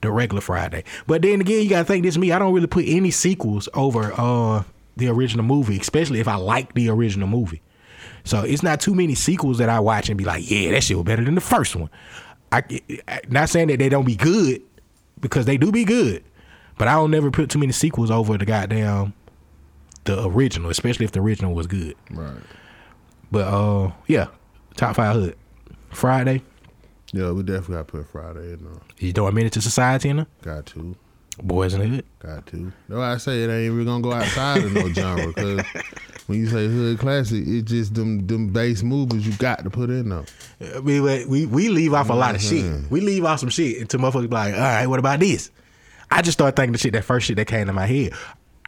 the regular Friday. But then again, you gotta think this is me. I don't really put any sequels over uh the original movie, especially if I like the original movie. So it's not too many sequels that I watch and be like, yeah, that shit was better than the first one. I, I not saying that they don't be good because they do be good, but I don't never put too many sequels over the goddamn the original, especially if the original was good. Right. But uh, yeah, top five hood. Friday, Yeah, we definitely got to put Friday in there. you throwing minute to society in there. Got to. Boys in the hood. Got to. That's why I say it ain't even gonna go outside of no genre because When you say hood classic, it's just them them bass movers you got to put in though. I mean, we- we we leave off a lot of shit. Mhm. We leave off some shit until motherfuckers be like, all right, what about this? I just started thinking the shit that first shit that came to my head.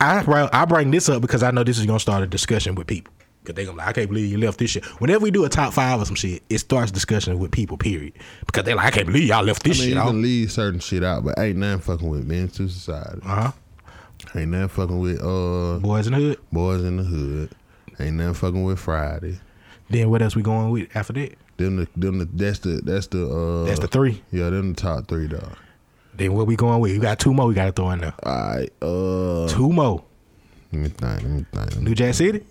I br- I bring this up because I know this is gonna start a discussion with people. Cause they gonna be like, I can't believe you left this shit. Whenever we do a top five or some shit, it starts discussion with people. Period. Because they like, I can't believe y'all left this I mean, shit you out. can leave certain shit out, but ain't nothing fucking with men's to society. Uh huh. Ain't nothing fucking with uh boys in the hood. Boys in the hood. Ain't nothing fucking with Friday. Then what else we going with after that? Them the them the that's the that's the uh That's the three? Yeah, them the top three dog. Then what we going with? We got two more. We got to throw in there. All right. Uh, two more. Let me think. Let me think. New Jack City.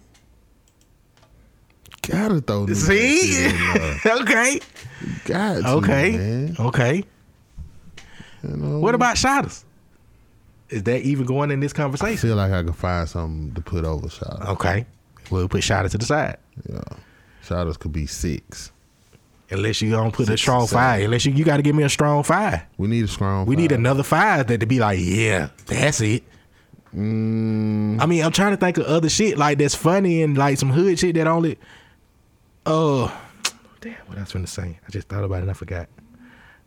Gotta throw New Jack See? City in there. okay. Got to, Okay. man. Okay. What about shotters? Is that even going in this conversation? I feel like I could find something to put over shotters. Okay. We'll put shotters to the side. Yeah. Shotters could be six. Unless you don't put a Six strong or seven. five. Unless you, you got to give me a strong five. We need a strong We need another five that to be like, yeah, that's it. I mean, I'm trying to think of other shit like that's funny and like some hood shit that only. Oh, damn! What I was trying to say, I just thought about it and I forgot.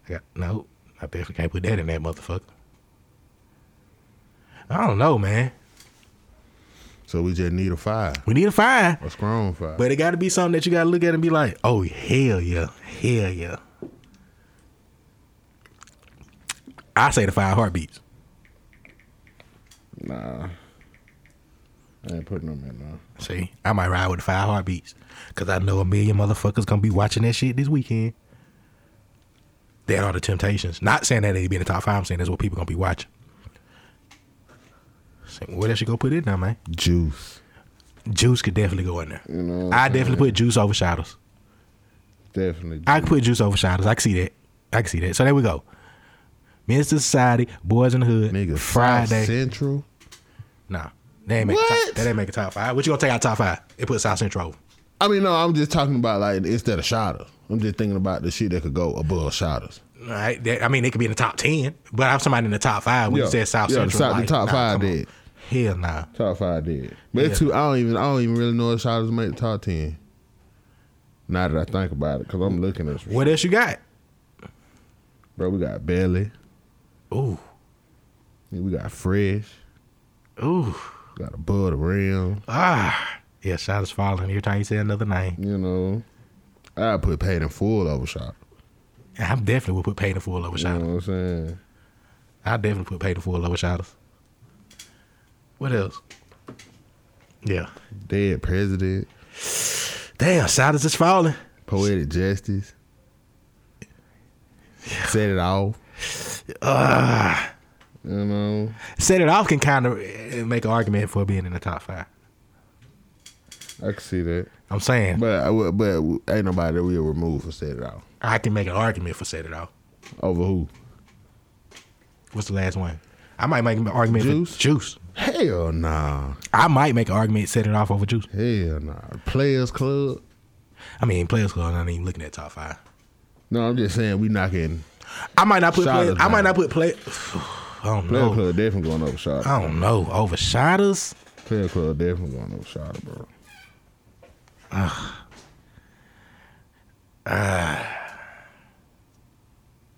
I got no. I definitely can't put that in that motherfucker. I don't know, man. So we just need a five. We need a five. A strong five. But it got to be something that you got to look at and be like, oh, hell yeah. Hell yeah. I say the five heartbeats. Nah. I ain't putting them in there. See, I might ride with the five heartbeats because I know a million motherfuckers going to be watching that shit this weekend. That are the temptations. Not saying that they be in the top five. I'm saying that's what people going to be watching. So what else you going to put in there, man? Juice. Juice could definitely go in there. You know what I I'm definitely saying? put juice over shadows. Definitely. I can put juice over shadows. I can see that. I can see that. So there we go. Men's to Society, Boys in the Hood, Nigga, Friday. South Central. Nah. That ain't, make a top, that ain't make a top five. What you gonna take out top five? It put South Central over. I mean, no, I'm just talking about like instead of shotters. I'm just thinking about the shit that could go above shotters. All right. That, I mean, it could be in the top ten, but I'm somebody in the top five. When Yeah. you said South Yeah, the Central, top- the like, top nah, five come on. did. Hell nah. Top five did. But it's Yeah. too, I don't even I don't even really know if shotters make the top ten. Now that I think about it, because I'm looking at What else you got? bro. We got belly. Ooh. We got fresh. Ooh. Got above the rim. Ah. Yeah, shot is falling every time you say another name. You know, I put paid in full over shot. I definitely would put paid in full over You shadows. know what I'm saying? I definitely put paid in full over shadows. What else? Yeah. Dead president. Damn, shadows is falling. Poetic justice. Set it off. Ah. You know, Set it off can kind of make an argument for being in the top five. I can see that. I'm saying, but I would- but ain't nobody that we'll remove for set it off I can make an argument for set it off. over who? What's the last one? I might make an argument Juice? for juice. Hell nah. I might make an argument set it off over juice. Hell nah. Players Club. I mean, Players Club. I'm not even looking at top five. No, I'm just saying we knocking. I might not put. Shout Play, out to I might Zion. not put play. I don't Player know. Club definitely going over shot. I don't know. Over shatters. Player Club definitely going over shot, bro.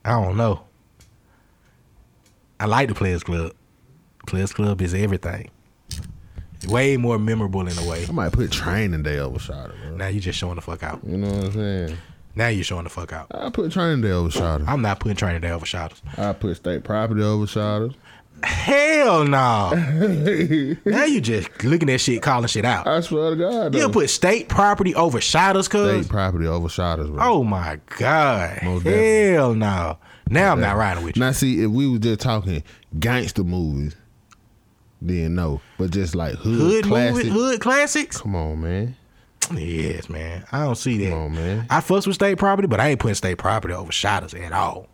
I don't know. I like the Players Club. Players Club is everything. Way more memorable in a way. I might put Training Day over shot, bro. Now you just showing the fuck out. You know what I'm saying? Now you showing the fuck out. I put Training Day over shot. I'm not putting Training Day over shadows. I put State Property over shot. Hell no. now you just looking at shit, calling shit out. I swear to God. You'll put state property over shadows, cuz. State Property over shotters, bro. Oh my God. Hell no. Now I'm not riding with you. Now, see, if we was just talking gangster movies, then no. But just like hood, Hood classic. movies, hood classics. Come on, man. Yes, man. I don't see that. Come on, man. I fucks with state property, but I ain't putting state property over shadows at all.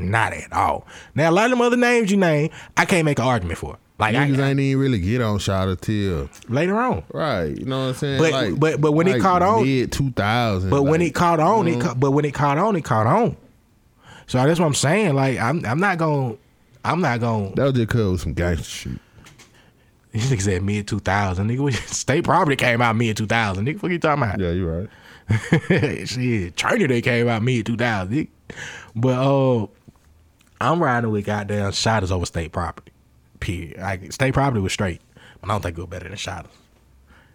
Not at all. Now a lot of them other names you name, I can't make an argument for. Like I, Niggas ain't even really get on shot till later on. right. You know what I'm saying? But- Like- but- but when it like caught on- mid two thousand. But when it caught on, Mm-hmm. it ca- but when it caught on, it caught on. So that's what I'm saying. Like I'm I'm not gonna I'm not gonna that was just cause it was some gangster shit. These niggas said mid 2000. Nigga, State Property came out mid 2000. Nigga, what you talking about? Yeah, you right. Shit, Trainer Day came out mid 2000. nigga. But uh, I'm riding with goddamn Shotters over State Property. Period. Like, state Property was straight, but I don't think it was better than Shotters.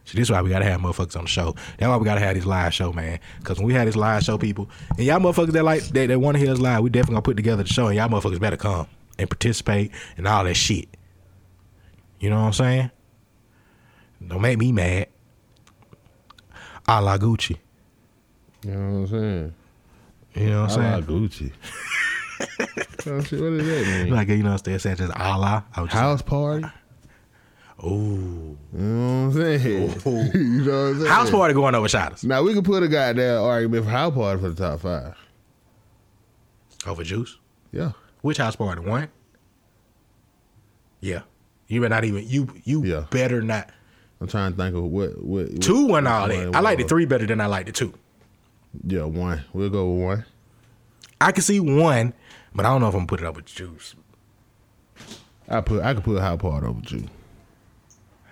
So this is why we gotta have motherfuckers on the show. That's why we gotta have this live show, man. Cause when we have this live show, people and y'all motherfuckers that like that, that want to hear us live, we definitely gonna put together the show, and y'all motherfuckers better come and participate and all that shit. You know what I'm saying? Don't make me mad. A la Gucci. You know what I'm saying? You know what I'm I saying? like Gucci. Oh, shit, what is that mean? Like you know, what I'm saying? Sanchez, a la. I was just House party. Ooh. You know what I'm saying? you know what I'm saying? Oh. House party going over shotters. Now we could put a goddamn argument for house party for the top five. Over juice. Yeah. Which house party? One. Yeah. You better not even you you better not. I'm trying to think of what what, what Two won which all one that. it I like the was. three better than I like the two. Yeah, one. We'll go with one. I can see one, but I don't know if I'm gonna put it up with juice. I put I could put house party over two.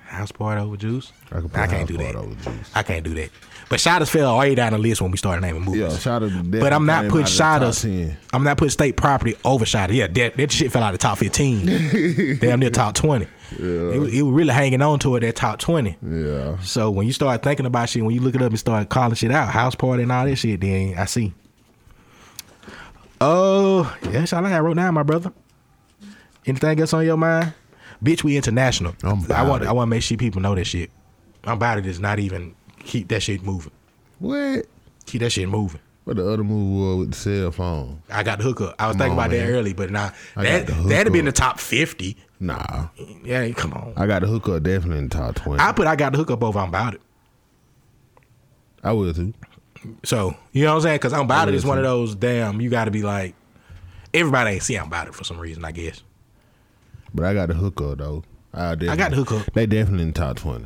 House party over juice. I, could put I can't house do party that. over juice. I can't do that. But Shotters fell all the way down the list when we started naming movies. Yeah, Shotters. But I'm not putting Shotters. in. I'm not putting state property over Shotters. Yeah, that, that shit fell out of the top 15. Damn near top 20. It, was- it was really hanging on to it that top 20. Yeah. So when you start thinking about shit, when you look it up and start calling shit out, house party and all that shit, then I see. Oh, yeah, that's all I had wrote down, my brother. Anything else on your mind? Bitch, we international. I want I want to make sure people know that shit. I'm about to just not even keep that shit moving. What? Keep that shit moving. What the other movie was with the cell phone? I got the hookup. I was Come on, thinking about that man. early, but nah, Oh, I that got the that'd be in the hookup. top fifty. Nah. Yeah, come on. I got the hookup definitely in the top twenty. I I, put I got the hookup over. I'm about it. will too. So you know what I'm saying? Because I'm about it Yeah, is one of true. those damn. You got to be like everybody ain't see I'm about it for some reason. I guess But I got the hookup though. I, I got the hookup. They definitely in the top twenty.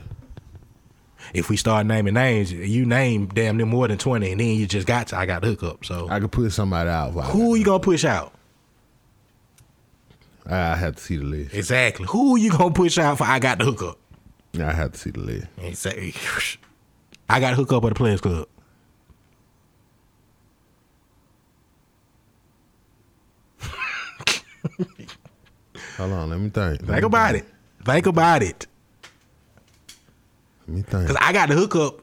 If we start naming names, you name damn near more than twenty, and then you just got to I got the hookup. So I could put somebody out. Who who you gonna push out? I have to see the list. Exactly. Who you gonna push out for I got the hookup? I have to see the list. Exactly. I got hookup at the Players Club. Hold on, let me think. Let Think me about it. Think about it. Let me think. Cause I got the hookup.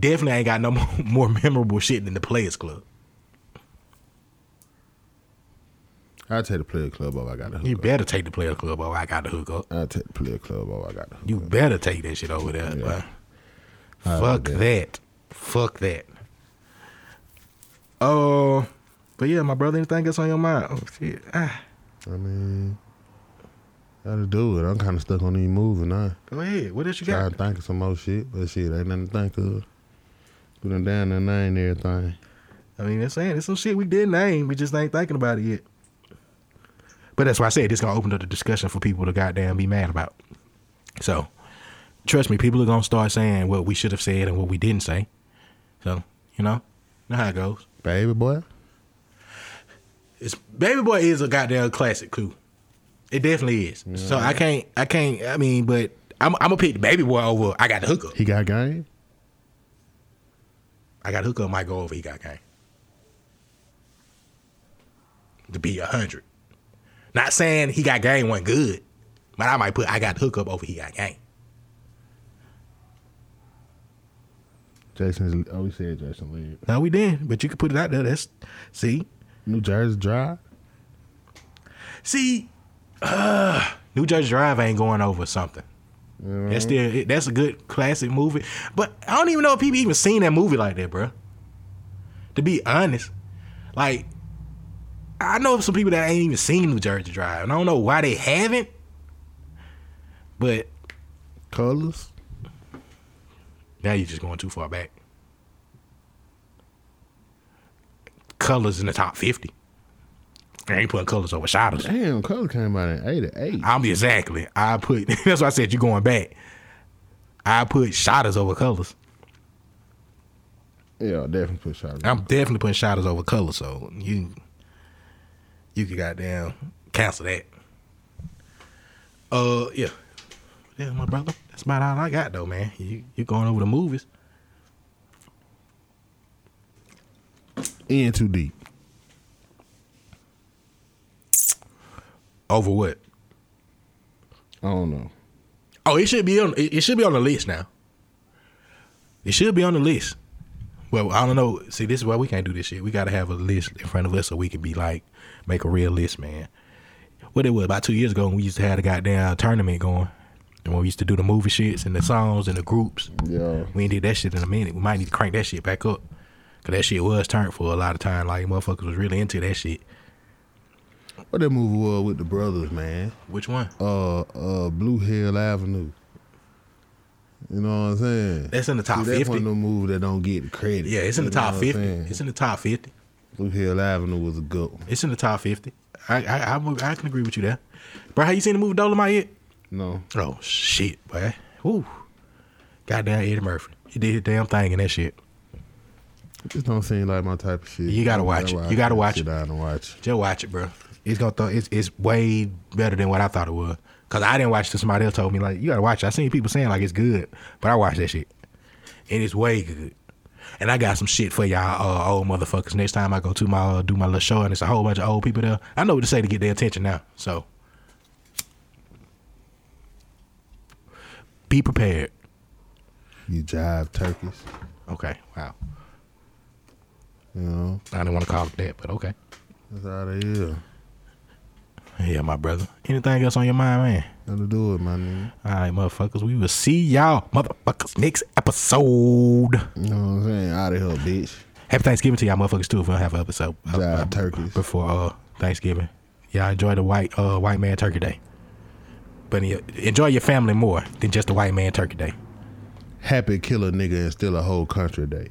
Definitely ain't got no more, more memorable shit than the Players Club. I'll take the player club over. I got the hookup. You better take the Players Club over. I got the hookup. I'll take the player club over. I got the hookup. You better take that shit over there. bruh. I Fuck like that. Fuck that. Oh, uh, but yeah, my brother. Anything else on your mind? Oh shit. Ah, I mean, gotta do it. I'm kind of stuck on these moving now. go ahead. What else you Trying got? to think of some more shit, but shit, ain't nothing to think of. Put them down their name and everything. I mean, that's saying there's some shit we did name. We just ain't thinking about it yet. But that's why I said this gonna open up the discussion for people to goddamn be mad about. So, trust me, people are gonna start saying what we should have said and what we didn't say. So, you know, you know how it goes. Baby boy? It's Baby Boy is a goddamn classic too. It definitely is. So I can't, I can't. I mean, but I'm, I'm gonna pick the Baby Boy over. I got the hookup. He got game? I got hookup. Might go over. He got game. To be a hundred. Not saying he got game wasn't good, but I might put I got hookup over he got game. Jason's, oh, we said Jason Lee. No, we didn't. But you could put it out there. That's see, New Jersey Drive? see, uh, New Jersey Drive ain't going over something. That's still it- that's a good classic movie. But I don't even know if people even seen that movie like that, bruh. To be honest, like I know some people that ain't even seen New Jersey Drive, and I don't know why they haven't. But Colors? now you're just going too far back. Colors in the top fifty. I ain't putting colors over shadows. Damn, Color came out in 88. I'm exactly. I put. That's why I said you're going back. I put shadows over colors. Yeah, I'll definitely put shot. I'm definitely putting shadows over color, so you you could goddamn cancel that. Uh, yeah. yeah, my brother. That's about all I got though, man. You you going over the movies? In too deep. Over what? I don't know. Oh, it should be on. It, it should be on the list now. It should be on the list. Well, I don't know. See, this is why we can't do this shit. We got to have a list in front of us so we can be like, make a real list, man. What it was about two years ago, when we used to have a goddamn tournament going. And when we used to do the movie shits and the songs and the groups, yeah, we ain't did that shit in a minute. We might need to crank that shit back up, cause that shit was turned for a lot of time. Like motherfuckers was really into that shit. What that movie was with the brothers, man? Which one? Uh, uh, Blue Hill Avenue. You know what I'm saying? That's in the top See, that's 50. One of them movies that don't get the credit. Yeah, it's in You the know top what I'm fifty. saying? It's in the top fifty. Blue Hill Avenue was a good one. It's in the top fifty. I I, I, would- I can agree with you there, bro. Have you seen the movie Dolomite yet? No. Oh shit, boy. Ooh, goddamn Eddie Murphy. He did his damn thing in that shit. It just don't seem like my type of shit. You gotta That's watch why it. I You gotta can't watch sit it. down and watch. Just watch it, bro. It's gonna th- it's it's way better than what I thought it was. Cause I didn't watch it. till Somebody else told me like you gotta watch it. I seen people saying like it's good, but I watched that shit, and it's way good. And I got some shit for y'all uh, old motherfuckers. Next time I go to my uh, do my little show and it's a whole bunch of old people there, I know what to say to get their attention now. So be prepared. You jive turkeys. Okay. Wow. You know I didn't want to call it that, but okay. that's out of here. Yeah, my brother. Anything else on your mind, man? Nothing to do with my nigga. All right, motherfuckers. We will see y'all, motherfuckers, next episode. You know what I'm saying? Out of here, bitch. Happy Thanksgiving to y'all, motherfuckers, too. If we don't have an episode uh, uh, before uh, Thanksgiving, y'all enjoy the white uh, white man Turkey Day. But en- enjoy your family more than just the white man Turkey Day. Happy killer nigga and still a whole country day.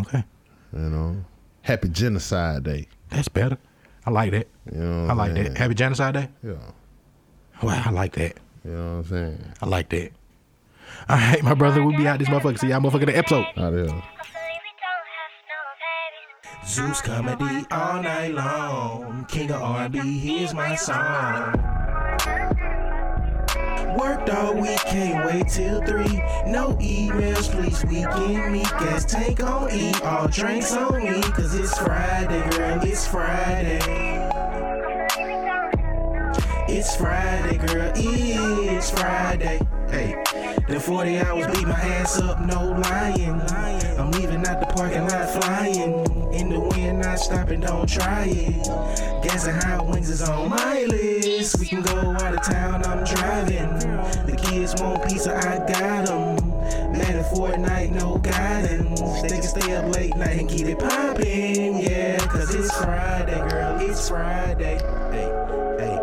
Okay. You know? Happy genocide day. That's better. I like that. You know what I I'm like saying? that. Happy Genocide Day. Yeah. Wow, I like that. You know what I'm saying? I like that. All right, my brother, we'll be out this motherfucker. See y'all, motherfucker, the episode. Out of here. Zeus comedy all night long. King of R&B, here's my song. Worked all week, can't wait till three. No emails, please. Weekend me, gas tank on E. All drinks on me, cause it's Friday, girl. It's Friday. It's Friday, girl. It's Friday. Hey, the 40 hours beat my ass up, no lying. I'm leaving out the parking lot flying. In the wind, not stopping, don't try it. Guessing high wings is on my list. We can go out of town, I'm driving. The kids want pizza, I got them. Man, in Fortnite, no guidance. They can stay up late night and get it poppin'. Yeah, cause it's Friday, girl. It's Friday. Hey, hey,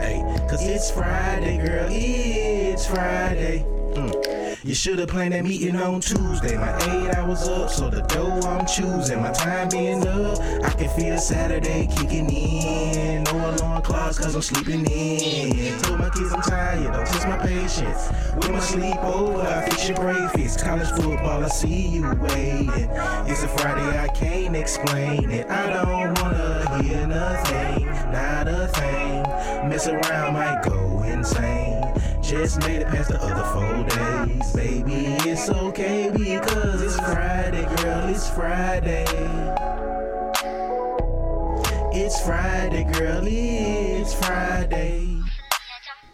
hey, hey. Cause it's Friday, girl. It's Friday. Mm. You should've planned that meeting on Tuesday. My eight hours up, so the dough I'm choosing. My time being up, I can feel Saturday kicking in. No alarm clocks, cause I'm sleeping in. Told my kids I'm tired, don't test my patience. With my sleep over, I fix your breakfast. College football, I see you waiting. It's a Friday, I can't explain it. I don't wanna hear nothing, not a thing. Mess around, might go insane. Just made it past the other four days. Baby, it's okay because it's Friday, girl, it's Friday. It's Friday, girl, it's Friday.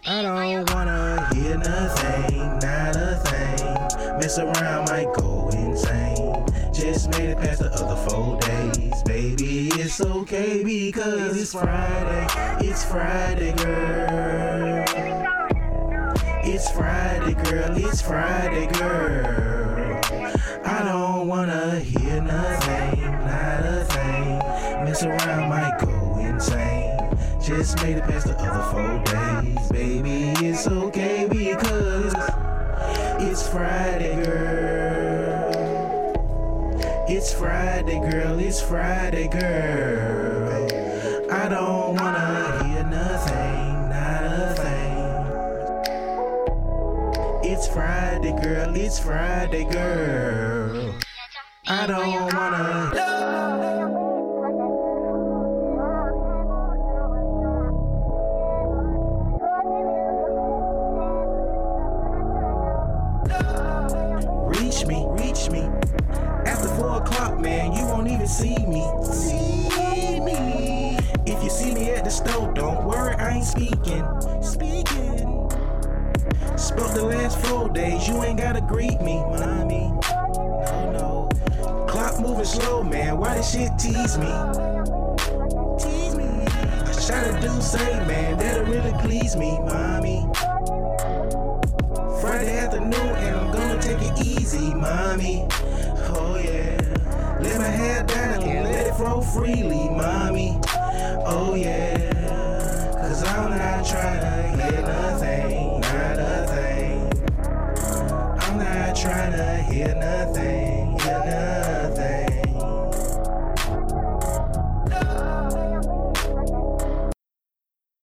I don't wanna hear nothing, not a thing. Mess around, might go insane. Just made it past the other four days, baby. It's okay because it's Friday, it's Friday, girl. It's Friday, girl, it's Friday, girl. I don't wanna hear nothing, not a thing. Mess around, might go insane. Just made it past the other four days, baby. It's okay because it's Friday, girl. It's Friday, girl. It's Friday, girl. I don't wanna hear nothing, not a thing. It's Friday, girl. It's Friday, girl. I don't wanna. stop, man. You won't even see me. See me. If you see me at the store, don't worry, I ain't speaking. Speaking. Spoke the last four days, you ain't gotta greet me, mommy. No, no. Clock moving slow, man. Why this shit tease me? Tease me. I shot a do say, man, that'll really please me, mommy. Friday afternoon, and I'm gonna take it easy, mommy. Oh yeah. Let my hair down and let it flow freely, mommy. Oh yeah. Cause I'm not trying to get nothing, not a thing. I'm not trying to hear nothing.